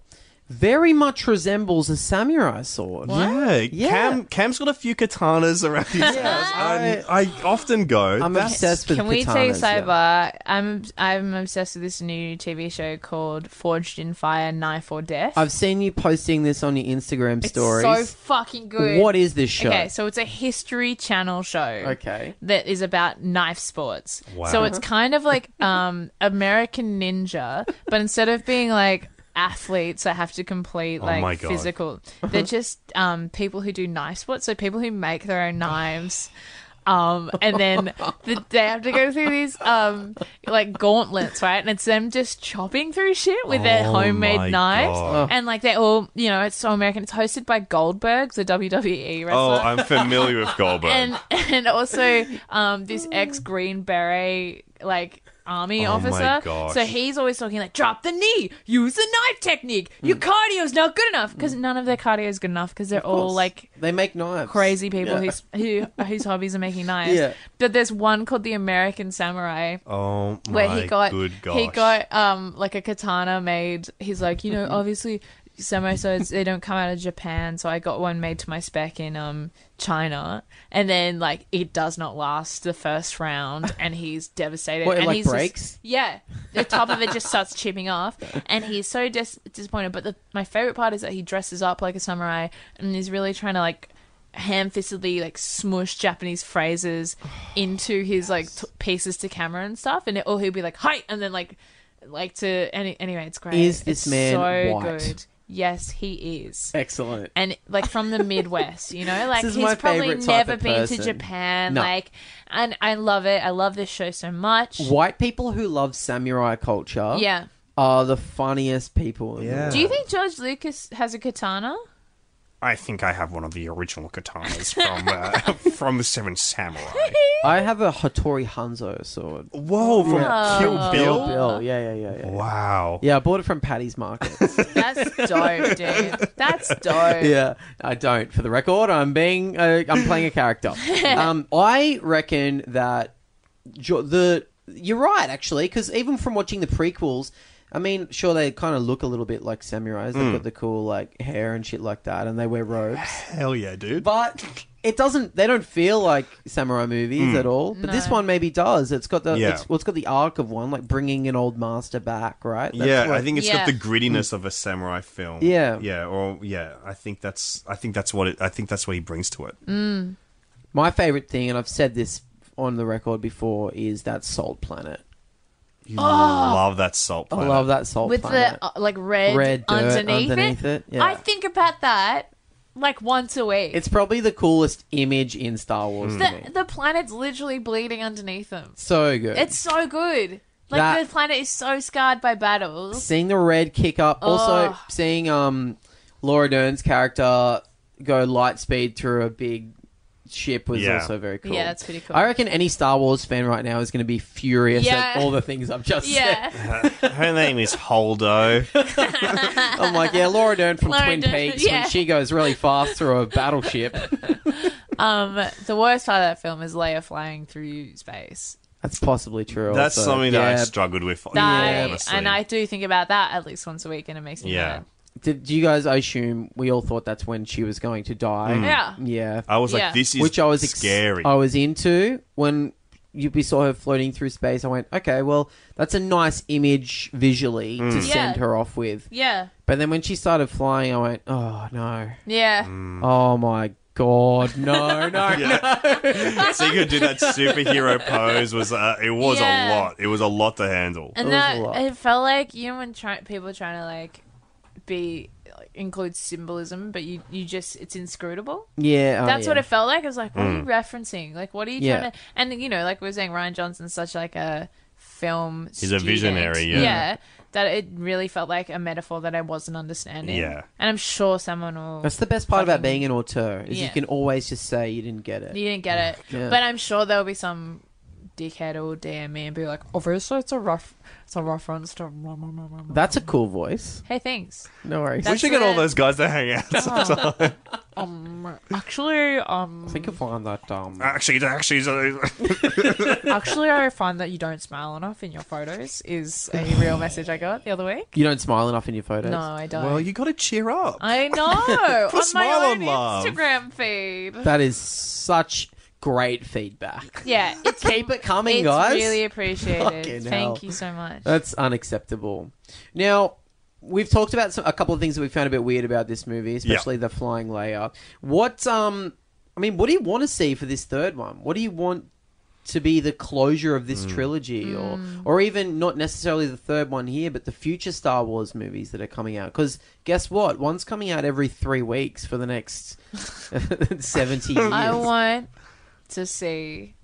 [SPEAKER 2] very much resembles a samurai sword.
[SPEAKER 1] Yeah,
[SPEAKER 2] Yeah.
[SPEAKER 1] Cam Cam's got a few katanas around his house. I, I often go.
[SPEAKER 2] I'm
[SPEAKER 1] "That's-
[SPEAKER 2] obsessed with
[SPEAKER 3] Can we take
[SPEAKER 2] katanas, yeah.
[SPEAKER 3] cyber? I'm I'm obsessed with this new TV show called Forged in Fire: Knife or Death.
[SPEAKER 2] I've seen you posting this on your Instagram
[SPEAKER 3] it's
[SPEAKER 2] stories.
[SPEAKER 3] so fucking good.
[SPEAKER 2] What is this show?
[SPEAKER 3] Okay, so it's a History Channel show.
[SPEAKER 2] Okay.
[SPEAKER 3] That is about knife sports.
[SPEAKER 1] Wow.
[SPEAKER 3] So it's kind of like um, American Ninja, but instead of being like athletes that have to complete like
[SPEAKER 1] Oh my God.
[SPEAKER 3] physical, they're just um, people who do knife sports. So people who make their own knives. Um, and then the, they have to go through these um, like gauntlets, right? And it's them just chopping through shit with their
[SPEAKER 1] Oh my
[SPEAKER 3] homemade knives.
[SPEAKER 1] God.
[SPEAKER 3] And like they're all, you know, it's so American. It's hosted by Goldberg, the WWE wrestler
[SPEAKER 1] Oh, I'm familiar with Goldberg.
[SPEAKER 3] and and also um this ex Green Beret like army
[SPEAKER 1] Oh my
[SPEAKER 3] officer.
[SPEAKER 1] gosh.
[SPEAKER 3] So he's always talking like drop the knee, use the knife technique. Your
[SPEAKER 1] Hmm.
[SPEAKER 3] cardio's not good enough because none of their cardio is good enough because they're all like
[SPEAKER 2] they make knives.
[SPEAKER 3] crazy people
[SPEAKER 2] Yeah.
[SPEAKER 3] who's, who whose hobbies are making knives.
[SPEAKER 2] Yeah.
[SPEAKER 3] But there's one called the American Samurai
[SPEAKER 1] oh my
[SPEAKER 3] where he got
[SPEAKER 1] good gosh.
[SPEAKER 3] he got um like a katana made. He's like, you know, obviously samurai swords they don't come out of Japan, so I got one made to my spec in um China, and then like it does not last the first round, and he's devastated.
[SPEAKER 2] What, it,
[SPEAKER 3] and
[SPEAKER 2] like,
[SPEAKER 3] he's just-
[SPEAKER 2] breaks?
[SPEAKER 3] yeah, the top of it just starts chipping off, and he's so dis- disappointed. But the, my favorite part is that he dresses up like a samurai and is really trying to like ham-fistedly like smush Japanese phrases
[SPEAKER 2] Oh,
[SPEAKER 3] into his like t- pieces to camera and stuff, and it, or he'll be like hi, and then like like to any anyway, it's great.
[SPEAKER 2] Is this
[SPEAKER 3] It's
[SPEAKER 2] man
[SPEAKER 3] so
[SPEAKER 2] white?
[SPEAKER 3] good? Yes, he is.
[SPEAKER 2] Excellent.
[SPEAKER 3] And like from the Midwest, you know, like
[SPEAKER 2] is
[SPEAKER 3] he's
[SPEAKER 2] my
[SPEAKER 3] probably
[SPEAKER 2] favorite type
[SPEAKER 3] never
[SPEAKER 2] of
[SPEAKER 3] been to
[SPEAKER 2] person.
[SPEAKER 3] Japan.
[SPEAKER 2] No.
[SPEAKER 3] Like, and I love it. I love this show so much.
[SPEAKER 2] White people who love samurai culture
[SPEAKER 3] Yeah.
[SPEAKER 2] are the funniest people. in the
[SPEAKER 1] Yeah.
[SPEAKER 2] world.
[SPEAKER 3] Do you think George Lucas has a katana?
[SPEAKER 1] I think I have one of the original katanas from uh, from the Seven Samurai.
[SPEAKER 2] I have a Hattori Hanzo sword.
[SPEAKER 1] Whoa, from
[SPEAKER 3] Oh.
[SPEAKER 1] Kill Bill.
[SPEAKER 2] Bill. Yeah, yeah, yeah, yeah.
[SPEAKER 1] Wow.
[SPEAKER 2] Yeah, I bought it from Paddy's Market.
[SPEAKER 3] That's dope, dude. That's dope.
[SPEAKER 2] yeah, I don't. For the record, I'm being i I'm playing a character. um, I reckon that jo- the you're right actually because even from watching the prequels. I mean, sure, they kind of look a little bit like samurais.
[SPEAKER 1] Hmm.
[SPEAKER 2] They've got the cool, like, hair and shit like that, and they wear robes.
[SPEAKER 1] Hell yeah, dude.
[SPEAKER 2] But it doesn't. They don't feel like samurai movies at all. But this
[SPEAKER 3] No.
[SPEAKER 2] one maybe does. It's got the.
[SPEAKER 1] Hmm. Yeah.
[SPEAKER 2] It's, well, it's got the arc of one, like bringing an old master back, right? That's
[SPEAKER 1] yeah,
[SPEAKER 2] what-
[SPEAKER 1] I think it's got
[SPEAKER 3] Yeah.
[SPEAKER 1] the grittiness of a samurai film.
[SPEAKER 2] Yeah.
[SPEAKER 1] yeah, or yeah. I think that's I think that's what it, I think that's what he brings to it.
[SPEAKER 2] Mm. my favorite thing, and I've said this on the record before, is that Salt Planet.
[SPEAKER 1] You love that salt.
[SPEAKER 2] Oh. I
[SPEAKER 1] Planet.
[SPEAKER 2] love that Salt
[SPEAKER 3] With
[SPEAKER 2] Planet.
[SPEAKER 3] the uh, like red,
[SPEAKER 2] Red dirt
[SPEAKER 3] underneath,
[SPEAKER 2] underneath it,
[SPEAKER 3] it.
[SPEAKER 2] yeah.
[SPEAKER 3] I think about that like once a week.
[SPEAKER 2] it's probably the coolest image in Star Wars
[SPEAKER 1] Hmm.
[SPEAKER 2] to me.
[SPEAKER 3] the, the planet's literally bleeding underneath them.
[SPEAKER 2] So good.
[SPEAKER 3] It's so good. Like
[SPEAKER 2] That-
[SPEAKER 3] the planet is so scarred by battles.
[SPEAKER 2] seeing the red kick up. Also
[SPEAKER 3] Ugh.
[SPEAKER 2] seeing um Laura Dern's character go light speed through a big ship was
[SPEAKER 1] Yeah.
[SPEAKER 2] also very cool.
[SPEAKER 3] Yeah, that's pretty cool.
[SPEAKER 2] I reckon any Star Wars fan right now is going to be furious
[SPEAKER 3] Yeah.
[SPEAKER 2] at all the things I've just said.
[SPEAKER 3] Yeah.
[SPEAKER 1] Her name is Holdo.
[SPEAKER 2] I'm like, yeah, Laura Dern from
[SPEAKER 3] Laura
[SPEAKER 2] Twin
[SPEAKER 3] Dern,
[SPEAKER 2] Peaks
[SPEAKER 3] yeah.
[SPEAKER 2] when she goes really fast through a battleship.
[SPEAKER 3] um, the worst part of that film is Leia flying through space.
[SPEAKER 2] That's possibly true.
[SPEAKER 1] That's
[SPEAKER 2] also.
[SPEAKER 1] something that I
[SPEAKER 2] Yeah.
[SPEAKER 1] struggled with.
[SPEAKER 3] I-
[SPEAKER 1] honestly.
[SPEAKER 3] and I do think about that at least once a week, and it makes me
[SPEAKER 1] Yeah.
[SPEAKER 3] mad.
[SPEAKER 2] Did do you guys? I assume we all thought that's when she was going to die.
[SPEAKER 1] Hmm.
[SPEAKER 3] Yeah.
[SPEAKER 2] Yeah.
[SPEAKER 1] I was
[SPEAKER 3] Yeah.
[SPEAKER 1] like, this is
[SPEAKER 2] which I was
[SPEAKER 1] Uh,
[SPEAKER 2] ex- Oh.
[SPEAKER 1] scary.
[SPEAKER 2] I was into when you we saw her floating through space. I went, okay, well, that's a nice image visually
[SPEAKER 1] Mm.
[SPEAKER 2] to
[SPEAKER 3] Yeah.
[SPEAKER 2] send her off with.
[SPEAKER 3] Yeah.
[SPEAKER 2] But then when she started flying, I went, oh no,
[SPEAKER 3] Yeah.
[SPEAKER 1] Mm.
[SPEAKER 2] oh my god, no, no,
[SPEAKER 1] so you could do that superhero pose. Was uh, it was
[SPEAKER 3] Yeah.
[SPEAKER 1] a lot. It was a lot to handle.
[SPEAKER 3] And
[SPEAKER 2] It was a
[SPEAKER 3] that
[SPEAKER 2] lot.
[SPEAKER 3] it felt like you know when try- people are trying to like be like, include symbolism, but you you just it's inscrutable.
[SPEAKER 2] yeah, oh,
[SPEAKER 3] That's
[SPEAKER 2] yeah. Mm.
[SPEAKER 3] what it felt like. I was like, what are you referencing? Like, what are you
[SPEAKER 2] Yeah.
[SPEAKER 3] trying to? And you know, like we were saying, Ryan Johnson's such like a film.
[SPEAKER 1] He's a
[SPEAKER 3] student.
[SPEAKER 1] visionary, yeah.
[SPEAKER 3] Yeah. That it really felt like a metaphor that I wasn't understanding.
[SPEAKER 1] Yeah.
[SPEAKER 3] And I'm sure someone will.
[SPEAKER 2] That's the best part about
[SPEAKER 3] fucking-
[SPEAKER 2] being an auteur is
[SPEAKER 3] Yeah.
[SPEAKER 2] you can always just say you didn't get it.
[SPEAKER 3] You didn't get it,
[SPEAKER 2] Yeah.
[SPEAKER 3] but I'm sure there'll be some dickhead who will DM me and be like, obviously it's a rough, it's a reference to.
[SPEAKER 2] That's a cool voice.
[SPEAKER 3] Hey, thanks.
[SPEAKER 2] No worries.
[SPEAKER 1] We
[SPEAKER 3] That's Uh-huh.
[SPEAKER 1] should get all
[SPEAKER 3] the-
[SPEAKER 1] those guys to hang out.
[SPEAKER 3] Um, actually, um,
[SPEAKER 2] I think you'll find that um,
[SPEAKER 1] actually, actually,
[SPEAKER 3] actually, I find that you don't smile enough in your photos. Is a real message I got the other week.
[SPEAKER 2] you don't smile enough in your photos.
[SPEAKER 3] No, I don't.
[SPEAKER 1] well, you got to cheer up.
[SPEAKER 3] I
[SPEAKER 1] Put a
[SPEAKER 3] know. on my
[SPEAKER 1] smile
[SPEAKER 3] own
[SPEAKER 1] on love.
[SPEAKER 3] Instagram feed.
[SPEAKER 2] That is such great feedback.
[SPEAKER 3] Yeah, it's,
[SPEAKER 2] Keep it coming,
[SPEAKER 3] it's
[SPEAKER 2] guys.
[SPEAKER 3] really appreciated.
[SPEAKER 2] Fucking
[SPEAKER 3] Thank
[SPEAKER 2] hell.
[SPEAKER 3] you so much.
[SPEAKER 2] That's unacceptable. Now, we've talked about some, a couple of things that we found a bit weird about this movie, especially the flying layout. What, um, I mean, what do you want to see for this third one? What do you want to be the closure of this trilogy, or
[SPEAKER 3] Mm.
[SPEAKER 2] or even not necessarily the third one here, but the future Star Wars movies that are coming out? Because guess what, one's coming out every three weeks for the next seventy years.
[SPEAKER 3] I want to see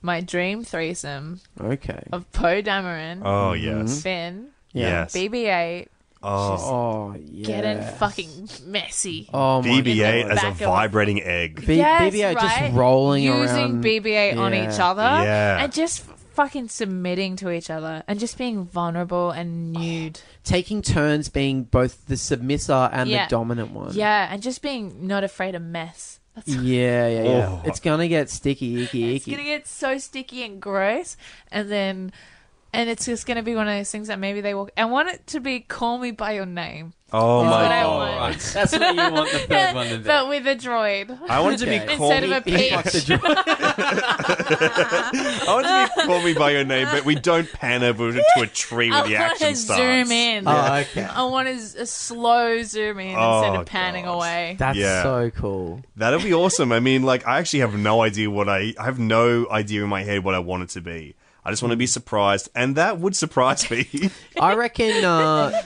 [SPEAKER 3] my dream threesome
[SPEAKER 2] okay.
[SPEAKER 3] of Poe Dameron,
[SPEAKER 1] Oh yes,
[SPEAKER 3] Finn,
[SPEAKER 1] yes.
[SPEAKER 3] BB-8,
[SPEAKER 1] Oh,
[SPEAKER 2] Oh yeah.
[SPEAKER 3] getting fucking messy.
[SPEAKER 2] Oh my
[SPEAKER 1] BB-8
[SPEAKER 2] God.
[SPEAKER 1] as a
[SPEAKER 3] Back of-
[SPEAKER 1] vibrating egg.
[SPEAKER 2] B-
[SPEAKER 3] Yes,
[SPEAKER 2] BB-8
[SPEAKER 3] right?
[SPEAKER 2] just rolling
[SPEAKER 3] using
[SPEAKER 2] around.
[SPEAKER 3] BB-8 on
[SPEAKER 2] Yeah.
[SPEAKER 3] each other
[SPEAKER 1] Yeah.
[SPEAKER 3] and just fucking submitting to each other and just being vulnerable and nude.
[SPEAKER 2] taking turns being both the submissive and
[SPEAKER 3] Yeah.
[SPEAKER 2] the dominant one.
[SPEAKER 3] Yeah, and just being not afraid of mess. That's
[SPEAKER 2] Yeah, yeah, yeah.
[SPEAKER 1] Oh.
[SPEAKER 2] It's gonna get sticky, icky,
[SPEAKER 3] it's
[SPEAKER 2] icky.
[SPEAKER 3] gonna get so sticky and gross, and then, and it's just gonna be one of those things that maybe they walk. I want it to be "Call Me by Your Name,"
[SPEAKER 1] Oh
[SPEAKER 3] That's
[SPEAKER 1] my
[SPEAKER 3] what I
[SPEAKER 1] god!
[SPEAKER 3] want.
[SPEAKER 2] That's what you want the third one to be.
[SPEAKER 3] but with a droid
[SPEAKER 1] I wanted to be
[SPEAKER 2] Okay.
[SPEAKER 1] call
[SPEAKER 3] instead of
[SPEAKER 1] me.
[SPEAKER 3] a peach.
[SPEAKER 1] I wanted to be call me by your name, but we don't pan over to a tree
[SPEAKER 3] I
[SPEAKER 1] where the
[SPEAKER 3] want
[SPEAKER 1] action
[SPEAKER 3] to
[SPEAKER 1] starts.
[SPEAKER 3] zoom in.
[SPEAKER 2] Oh, okay.
[SPEAKER 3] I want a, s- a slow zoom in instead
[SPEAKER 1] Oh,
[SPEAKER 3] of panning
[SPEAKER 1] God.
[SPEAKER 3] away.
[SPEAKER 2] That's
[SPEAKER 1] Yeah.
[SPEAKER 2] so cool.
[SPEAKER 1] That'd be awesome. I mean, like, I actually have no idea what I. I have no idea in my head what I want it to be. I just want to be surprised, and that would surprise me.
[SPEAKER 2] I reckon uh,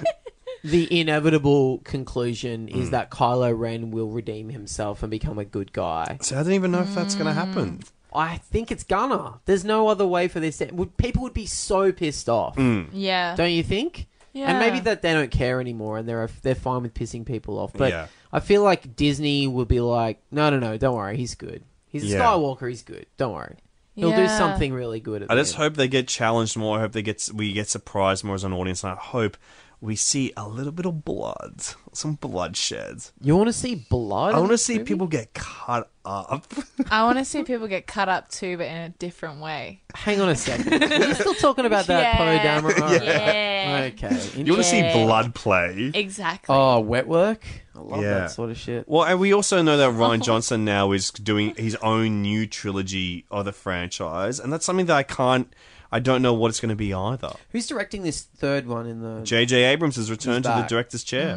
[SPEAKER 2] the inevitable conclusion is that Kylo Ren will redeem himself and become a good guy.
[SPEAKER 1] so I don't even know if that's going to happen.
[SPEAKER 2] I think it's gonna. There's no other way for this. to- Would people would be so pissed off,
[SPEAKER 3] Yeah.
[SPEAKER 2] don't you think?
[SPEAKER 3] yeah.
[SPEAKER 2] And maybe that they don't care anymore, and they're they're fine with pissing people off. But
[SPEAKER 1] Yeah.
[SPEAKER 2] I feel like Disney will be like, no, no, no, don't worry, he's good. He's a
[SPEAKER 1] Yeah.
[SPEAKER 2] Skywalker. He's good. Don't worry, he'll do
[SPEAKER 3] Yeah.
[SPEAKER 2] something really good. At
[SPEAKER 1] I
[SPEAKER 2] the
[SPEAKER 1] just
[SPEAKER 2] end.
[SPEAKER 1] hope they get challenged more. I hope they get we get surprised more as an audience, and I hope we see a little bit of blood, some bloodshed.
[SPEAKER 2] you want to see blood.
[SPEAKER 1] I
[SPEAKER 2] in
[SPEAKER 1] want to
[SPEAKER 2] this
[SPEAKER 1] see
[SPEAKER 2] movie?
[SPEAKER 1] people get cut up.
[SPEAKER 3] I want to see people get cut up too, but in a different way.
[SPEAKER 2] Hang on a second. Are you still talking about that
[SPEAKER 3] Yeah.
[SPEAKER 2] Poe Dameron? All right.
[SPEAKER 3] Yeah.
[SPEAKER 2] Okay.
[SPEAKER 1] You want to
[SPEAKER 3] Yeah.
[SPEAKER 1] see blood play?
[SPEAKER 3] Exactly.
[SPEAKER 2] oh, wet work. I love
[SPEAKER 1] Yeah.
[SPEAKER 2] that sort of shit.
[SPEAKER 1] Well, and we also know that Ryan Johnson now is doing his own new trilogy of the franchise, and that's something that I can't. I don't know what it's going to be either.
[SPEAKER 2] Who's directing this third one in the
[SPEAKER 1] J.J. Abrams has returned
[SPEAKER 2] He's
[SPEAKER 1] to the
[SPEAKER 2] back.
[SPEAKER 1] director's chair.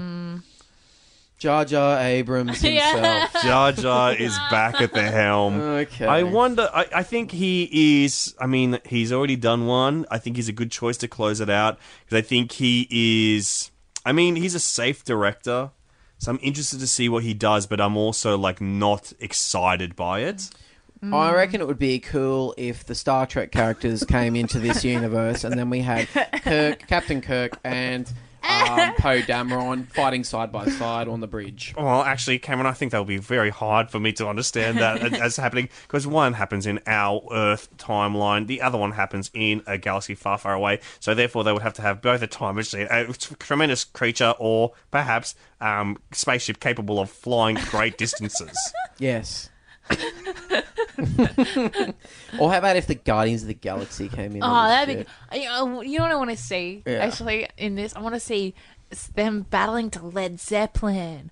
[SPEAKER 2] Jar Jar Abrams
[SPEAKER 3] Yeah.
[SPEAKER 2] himself?
[SPEAKER 1] Jar Jar is back at the helm.
[SPEAKER 2] Okay.
[SPEAKER 1] I wonder. I, I think he is. I mean, he's already done one. I think he's a good choice to close it out because I think he is. I mean, he's a safe director, so I'm interested to see what he does. But I'm also like not excited by it.
[SPEAKER 3] Mm.
[SPEAKER 2] I reckon it would be cool if the Star Trek characters came into this universe, and then we had Kirk, Captain Kirk, and um, Poe Dameron fighting side by side on the bridge.
[SPEAKER 1] Well, actually, Cameron, I think that would be very hard for me to understand that as- as happening because one happens in our Earth timeline, the other one happens in a galaxy far, far away. So therefore, they would have to have both a time machine, a t- tremendous creature, or perhaps um, spaceship capable of flying great distances.
[SPEAKER 2] Yes. or how about if the Guardians of the Galaxy came in?
[SPEAKER 3] Oh, that'd be. I- I- You know what I want to see?
[SPEAKER 2] Yeah.
[SPEAKER 3] Actually, in this, I want to see s- them battling to Led Zeppelin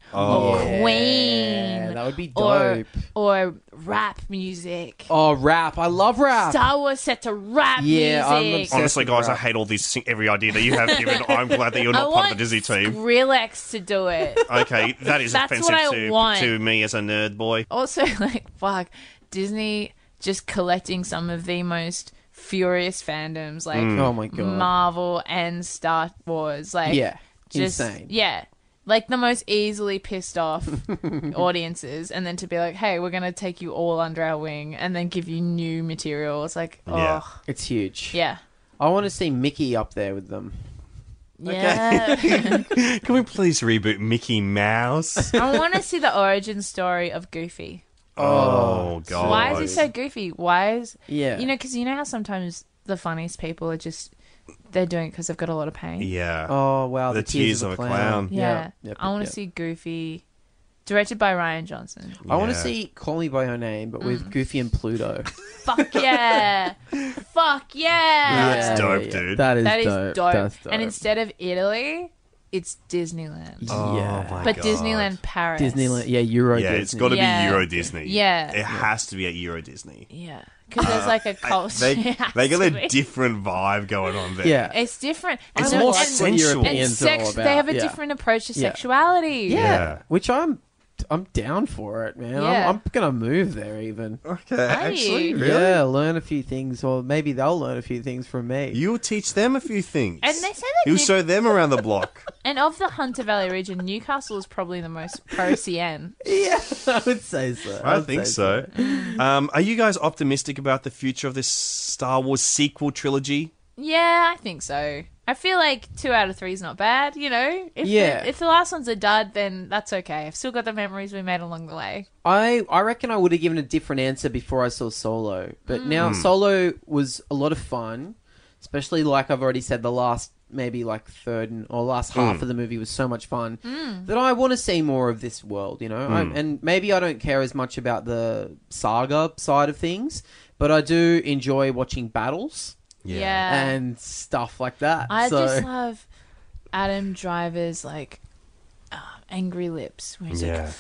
[SPEAKER 1] Oh.
[SPEAKER 3] or Queen.
[SPEAKER 2] that would be
[SPEAKER 3] Or,
[SPEAKER 2] dope.
[SPEAKER 3] or rap music.
[SPEAKER 2] Oh, rap! I love rap.
[SPEAKER 3] Star Wars set to rap
[SPEAKER 2] Yeah, I'm
[SPEAKER 3] music.
[SPEAKER 2] obsessed.
[SPEAKER 1] Honestly, guys, I hate all these sing- every idea that you have given. I'm glad that you're
[SPEAKER 3] I
[SPEAKER 1] not part of
[SPEAKER 3] want
[SPEAKER 1] the Disney team.
[SPEAKER 3] Relax to do it.
[SPEAKER 1] Okay, that is
[SPEAKER 3] That's what I
[SPEAKER 1] offensive to,
[SPEAKER 3] want.
[SPEAKER 1] to me as a nerd boy.
[SPEAKER 3] also, like, fuck, Disney just collecting some of the most furious fandoms, like
[SPEAKER 2] Oh my god.
[SPEAKER 3] Marvel and Star Wars. Like,
[SPEAKER 2] yeah.
[SPEAKER 3] just
[SPEAKER 2] Insane.
[SPEAKER 3] yeah like the most easily pissed off audiences and then to be like hey we're going to take you all under our wing and then give you new material it's like oh
[SPEAKER 1] Yeah.
[SPEAKER 3] yeah
[SPEAKER 2] It's huge.
[SPEAKER 3] yeah,
[SPEAKER 2] I want to see Mickey up there with them.
[SPEAKER 1] Can we please reboot Mickey Mouse?
[SPEAKER 3] i want to see the origin story of goofy
[SPEAKER 1] Oh, God.
[SPEAKER 3] Why is he so goofy? Why is
[SPEAKER 2] Yeah.
[SPEAKER 3] You know, because you know how sometimes the funniest people are just they're doing it because they've got a lot of pain.
[SPEAKER 1] Yeah.
[SPEAKER 2] Oh wow,
[SPEAKER 1] The
[SPEAKER 2] the,
[SPEAKER 1] Tears of a Clown.
[SPEAKER 3] Yeah.
[SPEAKER 2] Yep,
[SPEAKER 3] I want to
[SPEAKER 2] yep.
[SPEAKER 3] see Goofy, directed by Ryan Johnson.
[SPEAKER 2] I want
[SPEAKER 1] Yeah.
[SPEAKER 2] to see Call Me by Your Name, but
[SPEAKER 3] Mm.
[SPEAKER 2] with Goofy and Pluto.
[SPEAKER 3] Fuck yeah! Fuck yeah!
[SPEAKER 1] That's dope, dude.
[SPEAKER 2] That is,
[SPEAKER 3] That is
[SPEAKER 2] dope.
[SPEAKER 3] dope.
[SPEAKER 2] That's dope.
[SPEAKER 3] And instead of Italy, it's Disneyland.
[SPEAKER 1] Oh,
[SPEAKER 2] yeah.
[SPEAKER 1] my
[SPEAKER 3] but
[SPEAKER 1] God.
[SPEAKER 3] Disneyland Paris.
[SPEAKER 2] Disneyland, yeah, Euro.
[SPEAKER 1] Yeah, it's
[SPEAKER 2] Disney.
[SPEAKER 1] got to
[SPEAKER 3] Yeah.
[SPEAKER 1] be Euro Disney.
[SPEAKER 3] Yeah.
[SPEAKER 1] It has to be at Euro Disney.
[SPEAKER 3] Yeah. Because there's like a cult.
[SPEAKER 1] They,
[SPEAKER 3] It has
[SPEAKER 1] they got
[SPEAKER 3] to
[SPEAKER 1] a
[SPEAKER 3] be.
[SPEAKER 1] different vibe going on there.
[SPEAKER 2] Yeah,
[SPEAKER 3] It's different.
[SPEAKER 1] It's
[SPEAKER 3] And-
[SPEAKER 1] more
[SPEAKER 3] and-
[SPEAKER 1] sensual.
[SPEAKER 3] And
[SPEAKER 1] It's
[SPEAKER 3] sex, they have a different approach to
[SPEAKER 2] Yeah.
[SPEAKER 3] sexuality.
[SPEAKER 2] Yeah.
[SPEAKER 1] Yeah.
[SPEAKER 2] which I'm, I'm down for it, man.
[SPEAKER 3] Yeah.
[SPEAKER 2] I'm, I'm gonna move there even.
[SPEAKER 1] Okay,
[SPEAKER 3] actually, you?
[SPEAKER 2] Yeah, learn a few things, or maybe they'll learn a few things from me.
[SPEAKER 1] You'll teach them a few things.
[SPEAKER 3] And they say that
[SPEAKER 1] You'll
[SPEAKER 3] Nick-
[SPEAKER 1] show them around the block.
[SPEAKER 3] And of the Hunter Valley region, Newcastle is probably the most pro CN.
[SPEAKER 2] yeah, I would say so.
[SPEAKER 1] I
[SPEAKER 2] would
[SPEAKER 1] think
[SPEAKER 2] say
[SPEAKER 1] so. Um, are you guys optimistic about the future of this Star Wars sequel trilogy?
[SPEAKER 3] Yeah, I think so. I feel like two out of three is not bad, you know? If
[SPEAKER 2] Yeah.
[SPEAKER 3] The, if the last one's a dud, then that's okay. I've still got the memories we made along the way.
[SPEAKER 2] I, I reckon I would have given a different answer before I saw Solo. But
[SPEAKER 3] Hmm.
[SPEAKER 2] now Solo was a lot of fun, especially like I've already said, the last maybe like third and, or last half of the movie was so much fun
[SPEAKER 3] Hmm.
[SPEAKER 2] that I want to see more of this world, you know? I, and maybe I don't care as much about the saga side of things, but I do enjoy watching battles
[SPEAKER 3] Yeah.
[SPEAKER 2] and stuff like that.
[SPEAKER 3] I
[SPEAKER 2] so,
[SPEAKER 3] just love Adam Driver's, like, uh, angry lips. Where he's
[SPEAKER 1] Yeah.
[SPEAKER 3] like,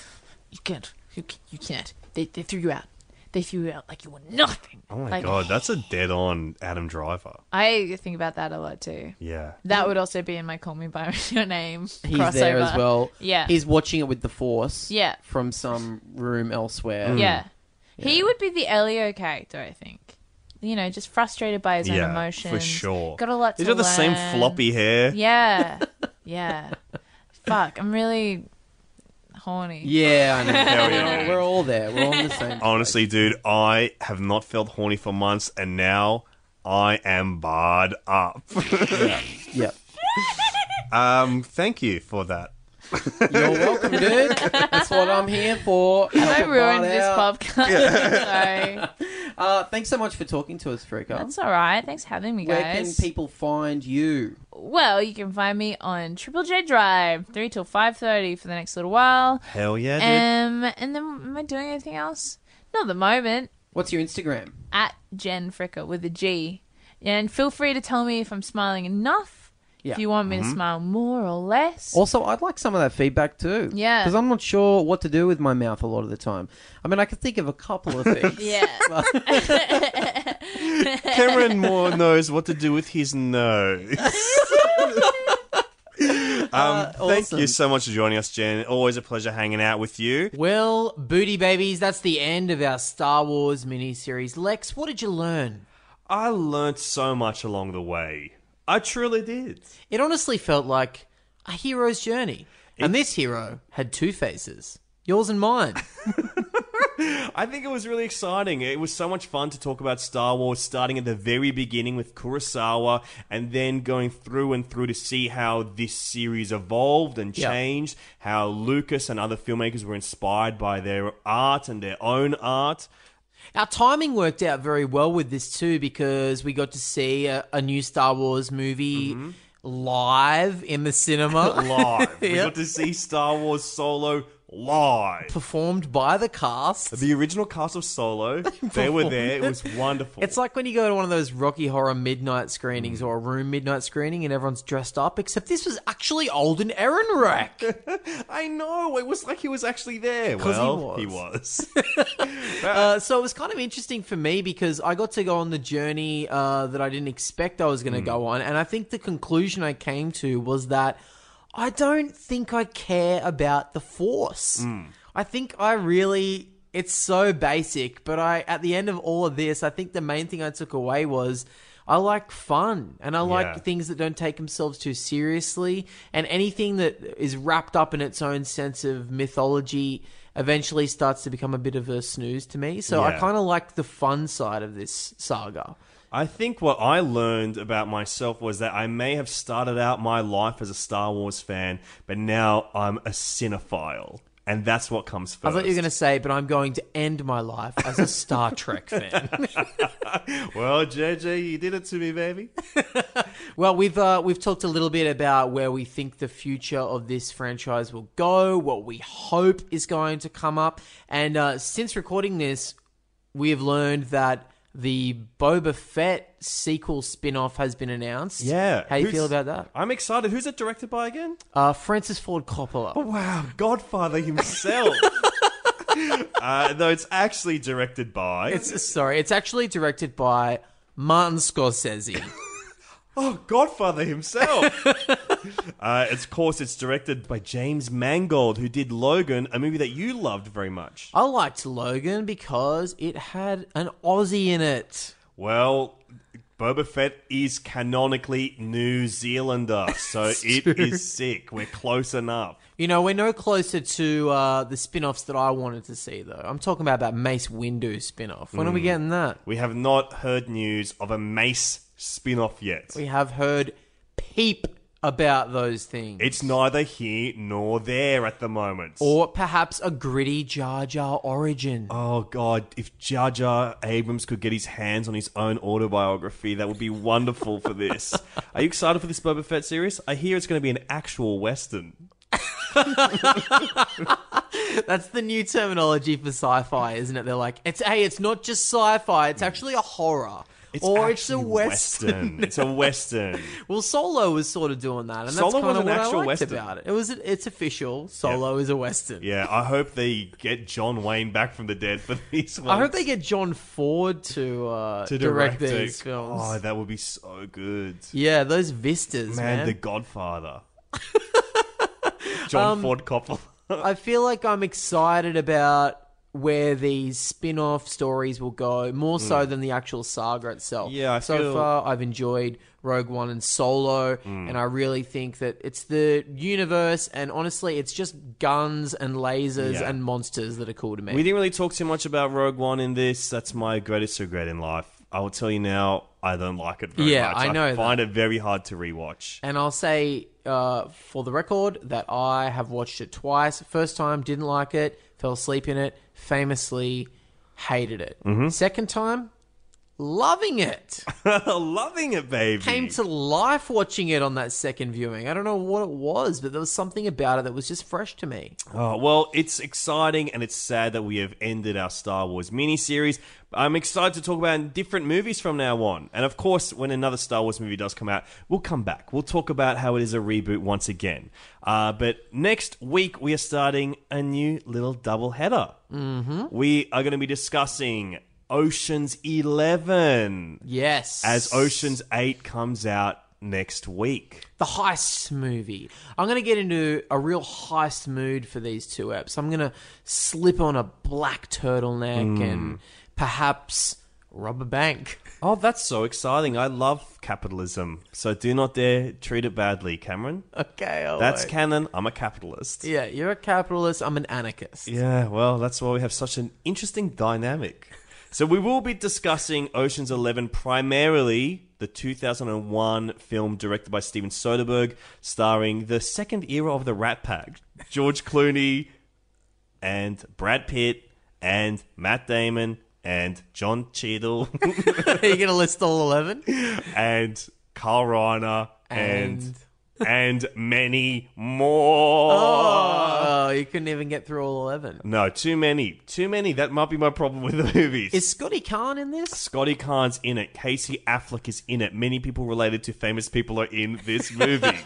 [SPEAKER 3] you can't. You, c- you can't. They, they threw you out. They threw you out like you were nothing.
[SPEAKER 1] Oh my
[SPEAKER 3] Like,
[SPEAKER 1] god, that's a dead on Adam Driver.
[SPEAKER 3] I think about that a lot too.
[SPEAKER 1] Yeah.
[SPEAKER 3] That would also be in my Call Me By Your Name
[SPEAKER 2] Mm. He's
[SPEAKER 3] crossover.
[SPEAKER 2] there as well.
[SPEAKER 3] Yeah.
[SPEAKER 2] He's watching it with the Force.
[SPEAKER 3] Yeah.
[SPEAKER 2] From some room elsewhere.
[SPEAKER 1] Mm.
[SPEAKER 3] Yeah. He would be the Elio character, I think. You know, just frustrated by his own
[SPEAKER 1] yeah.
[SPEAKER 3] emotions.
[SPEAKER 1] For sure.
[SPEAKER 3] Got a lot
[SPEAKER 1] He's
[SPEAKER 3] to
[SPEAKER 1] got the same
[SPEAKER 3] learn.
[SPEAKER 1] floppy hair.
[SPEAKER 3] Yeah. Yeah. Fuck, I'm really horny.
[SPEAKER 2] Yeah, I know.
[SPEAKER 1] Hell yeah.
[SPEAKER 2] We're all- We're all there. We're all on the same.
[SPEAKER 1] Honestly, dude, I have not felt horny for months and now I am barred up.
[SPEAKER 2] Yeah.
[SPEAKER 1] um, thank you for that.
[SPEAKER 2] You're welcome, dude. That's what I'm here for.
[SPEAKER 3] I
[SPEAKER 2] Help a bot
[SPEAKER 3] ruined this
[SPEAKER 2] out.
[SPEAKER 3] podcast. Sorry.
[SPEAKER 2] Uh, thanks so much for talking to us, Freaker.
[SPEAKER 3] That's all right. Thanks for having me,
[SPEAKER 2] Where
[SPEAKER 3] guys.
[SPEAKER 2] can people find you?
[SPEAKER 3] well, you can find me on Triple J Drive, three till five thirty for the next little while.
[SPEAKER 1] Hell yeah, dude.
[SPEAKER 3] Um, and then am I doing anything else? Not at the moment.
[SPEAKER 2] What's your Instagram?
[SPEAKER 3] at Jen Fricker with a G. And feel free to tell me if I'm smiling enough,
[SPEAKER 2] Yeah.
[SPEAKER 3] if you want me to smile more or less.
[SPEAKER 2] Also, I'd like some of that feedback too.
[SPEAKER 3] Yeah.
[SPEAKER 2] Because I'm not sure what to do with my mouth a lot of the time. I mean, I can think of a couple of things.
[SPEAKER 3] yeah.
[SPEAKER 1] Cameron Moore knows what to do with his nose. um, Thank
[SPEAKER 2] awesome.
[SPEAKER 1] you so much for joining us, Jen. Always a pleasure hanging out with you.
[SPEAKER 6] Well, booty babies, that's the end of our Star Wars miniseries. Lex, what did you learn?
[SPEAKER 1] I learnt so much along the way. I truly did.
[SPEAKER 6] It honestly felt like a hero's journey. And this hero had two faces yours and mine.
[SPEAKER 1] I think it was really exciting. It was so much fun to talk about Star Wars, starting at the very beginning with Kurosawa, and then going through and through to see how this series evolved and
[SPEAKER 6] Yeah.
[SPEAKER 1] changed, how Lucas and other filmmakers were inspired by their art and their own art.
[SPEAKER 6] Our timing worked out very well with this too because we got to see a, a new Star Wars movie live in the cinema.
[SPEAKER 1] live. We
[SPEAKER 6] Yeah.
[SPEAKER 1] got to see Star Wars Solo live.
[SPEAKER 6] Performed by the cast.
[SPEAKER 1] The original cast of Solo, they were there. It was wonderful.
[SPEAKER 6] It's like when you go to one of those Rocky Horror midnight screenings or a room midnight screening and everyone's dressed up, except this was actually Alden Ehrenreich.
[SPEAKER 1] I know. It was like he was actually there.
[SPEAKER 6] 'Cause he
[SPEAKER 1] Well, he was.
[SPEAKER 6] Uh, so it was kind of interesting for me because I got to go on the journey uh, that I didn't expect I was going to go on. And I think the conclusion I came to was that I don't think I care about the Force. I think I really. It's so basic, but I at the end of all of this, I think the main thing I took away was I like fun and I like
[SPEAKER 1] Yeah.
[SPEAKER 6] things that don't take themselves too seriously and anything that is wrapped up in its own sense of mythology eventually starts to become a bit of a snooze to me. So I
[SPEAKER 1] Yeah.
[SPEAKER 6] kind of like the fun side of this saga.
[SPEAKER 1] I think what I learned about myself was that I may have started out my life as a Star Wars fan, but now I'm a cinephile. and that's what comes
[SPEAKER 2] I
[SPEAKER 1] first.
[SPEAKER 2] thought you were going to say, but I'm going to end my life as a Star Trek fan.
[SPEAKER 1] Well, JJ, you did it to me, baby.
[SPEAKER 2] well, we've uh, we've talked a little bit about where we think the future of this franchise will go, what we hope is going to come up, and uh, since recording this, we have learned that the Boba Fett sequel spin-off has been announced.
[SPEAKER 1] Yeah.
[SPEAKER 2] how do you
[SPEAKER 1] Who's-
[SPEAKER 2] feel about that?
[SPEAKER 1] I'm excited. Who's it directed by again?
[SPEAKER 2] Uh, Francis Ford Coppola.
[SPEAKER 1] Oh, Wow, Godfather himself. uh, no, it's actually directed by.
[SPEAKER 2] It's sorry, it's actually directed by Martin Scorsese.
[SPEAKER 1] Oh, Godfather himself. uh, it's- of course, it's directed by James Mangold, who did Logan, a movie that you loved very much.
[SPEAKER 2] I liked Logan because it had an Aussie in it.
[SPEAKER 1] Well, Boba Fett is canonically New Zealander, so it is sick. We're close enough.
[SPEAKER 2] You know, we're no closer to uh, the spin-offs that I wanted to see though. I'm talking about that Mace Windu spin-off. When are
[SPEAKER 1] Mm.
[SPEAKER 2] we getting that?
[SPEAKER 1] We have not heard news of a Mace spin off yet.
[SPEAKER 2] We have heard peep about those things.
[SPEAKER 1] It's neither here nor there at the moment.
[SPEAKER 2] or perhaps a gritty Jar Jar origin.
[SPEAKER 1] Oh God! If Jar Jar Abrams could get his hands on his own autobiography, that would be wonderful for this. Are you excited for this Boba Fett series? I hear it's going to be an actual western.
[SPEAKER 2] That's the new terminology for sci-fi, isn't it? They're like, it's hey, it's not just sci-fi, it's actually a horror. or it's a
[SPEAKER 1] Mm. actually
[SPEAKER 2] western.
[SPEAKER 1] it's a western.
[SPEAKER 2] Well, Solo was sort of doing that, and that's
[SPEAKER 1] Solo
[SPEAKER 2] kind
[SPEAKER 1] was
[SPEAKER 2] of
[SPEAKER 1] an
[SPEAKER 2] what I
[SPEAKER 1] actual
[SPEAKER 2] liked
[SPEAKER 1] Western.
[SPEAKER 2] about it. It was it's official. Solo is a Western.
[SPEAKER 1] Yeah, I hope they get John Wayne back from the dead for these ones.
[SPEAKER 2] I hope they get John Ford to uh,
[SPEAKER 1] to
[SPEAKER 2] direct,
[SPEAKER 1] direct, it.
[SPEAKER 2] these films.
[SPEAKER 1] Oh, that would be so good,
[SPEAKER 2] yeah, those vistas,
[SPEAKER 1] man,
[SPEAKER 2] man.
[SPEAKER 1] The Godfather. John Ford Coppola.
[SPEAKER 2] I feel like I'm excited about where these spin-off stories will go, more so than the actual saga itself.
[SPEAKER 1] Mm. Yeah, I
[SPEAKER 2] so
[SPEAKER 1] feel- Mm.
[SPEAKER 2] far I've enjoyed Rogue One and Solo, and I really think that it's the universe, and honestly, it's just guns and lasers
[SPEAKER 1] Yeah.
[SPEAKER 2] and monsters that are cool to me.
[SPEAKER 1] We didn't really talk too much about Rogue One in this. That's my greatest regret in life. I will tell you now, I don't like it very
[SPEAKER 2] Yeah,
[SPEAKER 1] much.
[SPEAKER 2] I know that.
[SPEAKER 1] find it very hard to rewatch.
[SPEAKER 2] And I'll say, uh, for the record, that I have watched it twice. First time, didn't like it, fell asleep in it, famously hated it. Second time, loving it.
[SPEAKER 1] Loving it, baby.
[SPEAKER 2] Came to life watching it on that second viewing. I don't know what it was, but there was something about it that was just fresh to me.
[SPEAKER 1] Oh, well, it's exciting and it's sad that we have ended our Star Wars miniseries. I'm excited to talk about different movies from now on. And of course, when another Star Wars movie does come out, we'll come back. We'll talk about how it is a reboot once again. Uh, but next week, we are starting a new little double header. Mm-hmm. We are going to be discussing Ocean's 11
[SPEAKER 2] Yes.
[SPEAKER 1] as Ocean's 8 comes out next week.
[SPEAKER 2] the heist movie. I'm going to get into a real heist mood for these two eps. I'm going to slip on a black turtleneck and perhaps rob a bank.
[SPEAKER 1] Oh, that's so exciting. I love capitalism. So do not dare treat it badly, Cameron.
[SPEAKER 2] Okay, all
[SPEAKER 1] That's
[SPEAKER 2] right.
[SPEAKER 1] canon. I'm a capitalist.
[SPEAKER 2] yeah. You're a capitalist. I'm an anarchist.
[SPEAKER 1] Yeah, well, that's why we have such an interesting dynamic. So we will be discussing Ocean's 11 primarily the 2001 film directed by Steven Soderbergh starring the second era of the Rat Pack, George Clooney and Brad Pitt and Matt Damon and John Cheadle
[SPEAKER 2] Are you going to list all eleven?
[SPEAKER 1] and Carl Reiner and
[SPEAKER 2] And-
[SPEAKER 1] and many more. Uh,
[SPEAKER 2] Oh, you couldn't even get through all eleven.
[SPEAKER 1] No, too many. Too many. That might be my problem with the movies.
[SPEAKER 2] Is Scotty Khan in this?
[SPEAKER 1] Scotty Khan's in it. Casey Affleck is in it. Many people related to famous people are in this movie.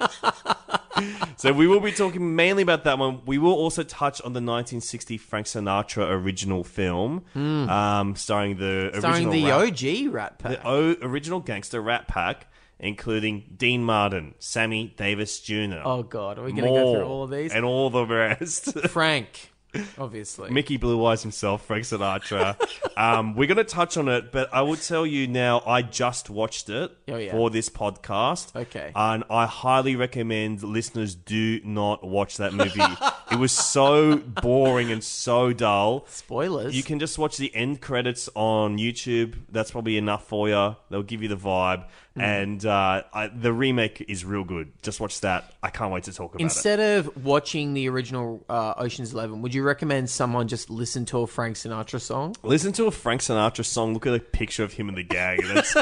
[SPEAKER 1] so we will be talking mainly about that one. We will also touch on the 1960 Frank Sinatra original film, um, starring the
[SPEAKER 2] Hmm. Starring
[SPEAKER 1] original
[SPEAKER 2] the
[SPEAKER 1] rap-
[SPEAKER 2] OG Rat Pack.
[SPEAKER 1] the o- original gangster Rat Pack, including Dean Martin, Sammy Davis Jr.
[SPEAKER 2] oh God, are we going to go
[SPEAKER 1] Moore,
[SPEAKER 2] through all of these?
[SPEAKER 1] and all the rest?
[SPEAKER 2] Frank, obviously.
[SPEAKER 1] Mickey Blue Eyes himself, Frank Sinatra. um, we're going to touch on it, but I will tell you now, I just watched it
[SPEAKER 2] Oh, yeah.
[SPEAKER 1] for this podcast.
[SPEAKER 2] Okay.
[SPEAKER 1] And I highly recommend listeners do not watch that movie It was so boring and so dull.
[SPEAKER 2] Spoilers.
[SPEAKER 1] You can just watch the end credits on YouTube. That's probably enough for you. They'll give you the vibe. And uh, I, the remake is real good. Just watch that. I can't wait to talk about it.
[SPEAKER 2] Instead of watching the original uh, Ocean's Eleven, would you recommend someone just listen to a Frank Sinatra song?
[SPEAKER 1] Listen to a Frank Sinatra song. Look at a picture of him in the gag. and That's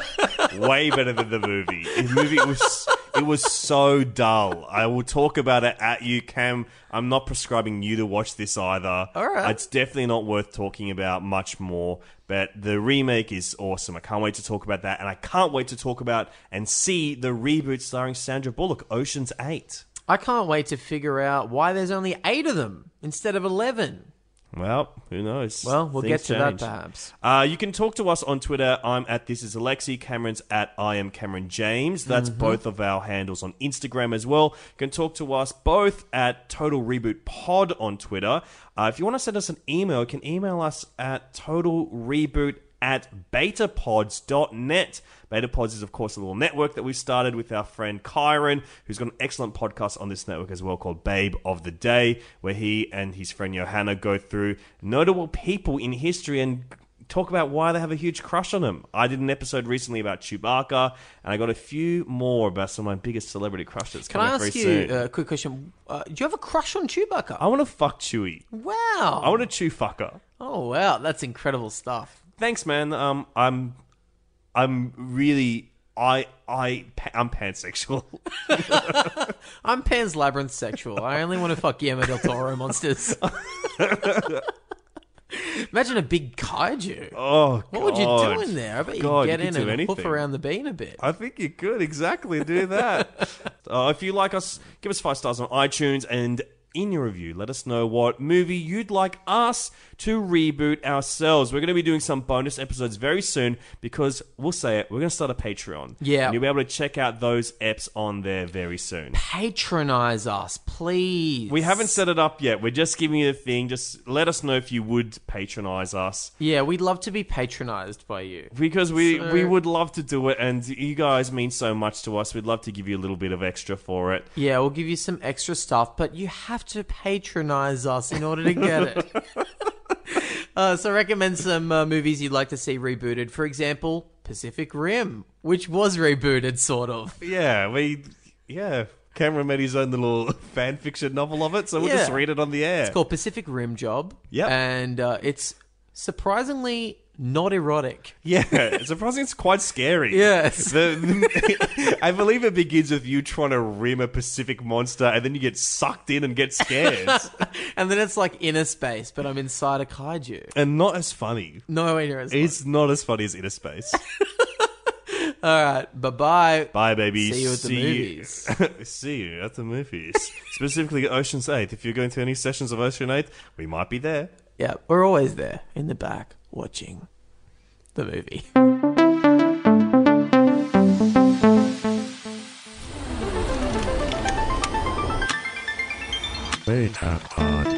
[SPEAKER 1] way better than the movie. The movie was it was so dull. I will talk about it at you, Cam. I'm not prescribing you to watch this either. All right, it's definitely not worth talking about much more. But the remake is awesome. I can't wait to talk about that, and I can't wait to talk about and see the reboot starring Sandra Bullock, Ocean's Eight.
[SPEAKER 2] I can't wait to figure out why there's only eight of them instead of eleven.
[SPEAKER 1] Well, who knows?
[SPEAKER 2] Well, we'll
[SPEAKER 1] Things
[SPEAKER 2] get to that
[SPEAKER 1] change.
[SPEAKER 2] perhaps.
[SPEAKER 1] Uh, you can talk to us on Twitter. I'm at this is Alexi. Cameron's at I am Cameron James. That's both of our handles on Instagram as well. You can talk to us both at Total Reboot Pod on Twitter. Uh, if you want to send us an email, you can email us at Total Reboot at betapods.net. Betapods is, of course, a little network that we started with our friend Kyron, who's got an excellent podcast on this network as well called Babe of the Day, where he and his friend Johanna go through notable people in history and talk about why they have a huge crush on him. I did an episode recently about Chewbacca, and I got a few more about some of my biggest celebrity crushes
[SPEAKER 2] Can
[SPEAKER 1] coming
[SPEAKER 2] I
[SPEAKER 1] up
[SPEAKER 2] ask
[SPEAKER 1] very
[SPEAKER 2] you
[SPEAKER 1] soon.
[SPEAKER 2] uh, a quick question? Uh, do you have a crush on Chewbacca?
[SPEAKER 1] I want to fuck Chewie.
[SPEAKER 2] wow.
[SPEAKER 1] I want to chew fucker.
[SPEAKER 2] oh wow, that's incredible stuff.
[SPEAKER 1] Thanks, man. Um, I'm, I'm really, I, I, pa- I'm pansexual.
[SPEAKER 2] I'm Pan's Labyrinth sexual. I only want to fuck Guillermo del Toro monsters. Imagine a big kaiju.
[SPEAKER 1] Oh,
[SPEAKER 2] what would you
[SPEAKER 1] God.
[SPEAKER 2] do in there? I bet
[SPEAKER 1] God,
[SPEAKER 2] you'd get
[SPEAKER 1] you could
[SPEAKER 2] in
[SPEAKER 1] do
[SPEAKER 2] and
[SPEAKER 1] anything.
[SPEAKER 2] hoof around the bean a bit.
[SPEAKER 1] I think you could exactly do that. uh, if you like us, give us five stars on iTunes and in your review, let us know what movie you'd like us to reboot ourselves. We're going to be doing some bonus episodes very soon because we'll say it, we're going to start a Patreon.
[SPEAKER 2] Yeah.
[SPEAKER 1] And you'll be able to check out those eps on there very soon.
[SPEAKER 2] Patronize us, please.
[SPEAKER 1] We haven't set it up yet. We're just giving you the thing. Just let us know if you would patronize us.
[SPEAKER 2] Yeah, we'd love to be patronized by you.
[SPEAKER 1] because we we would love to do it, and you guys mean so much to us. We'd love to give you a little bit of extra for it.
[SPEAKER 2] Yeah, we'll give you some extra stuff, but you have to patronize us in order to get it. uh, so, recommend some uh, movies you'd like to see rebooted. For example, Pacific Rim, which was rebooted, sort of.
[SPEAKER 1] Yeah, we yeah. Cameron made his own little fan fiction novel of it, so we'll
[SPEAKER 2] Yeah.
[SPEAKER 1] just read it on the air.
[SPEAKER 2] It's called Pacific Rim Job.
[SPEAKER 1] Yep.
[SPEAKER 2] And uh, it's surprisingly not erotic.
[SPEAKER 1] Yeah, it's surprising. It's quite scary.
[SPEAKER 2] Yes.
[SPEAKER 1] The- the- I believe it begins with you trying to rim a Pacific monster, and then you get sucked in and get scared,
[SPEAKER 2] And then it's like inner space, but I'm inside a kaiju.
[SPEAKER 1] and not as funny.
[SPEAKER 2] No, inner space.
[SPEAKER 1] It's not as funny as Inner Space.
[SPEAKER 2] Bye bye.
[SPEAKER 1] Bye, baby.
[SPEAKER 2] See you at the movies.
[SPEAKER 1] See you at the movies. Specifically, Ocean's Eight. If you're going to any sessions of Ocean Eight, we might be there.
[SPEAKER 2] Yeah, we're always there in the back watching the movie.
[SPEAKER 4] Betapod.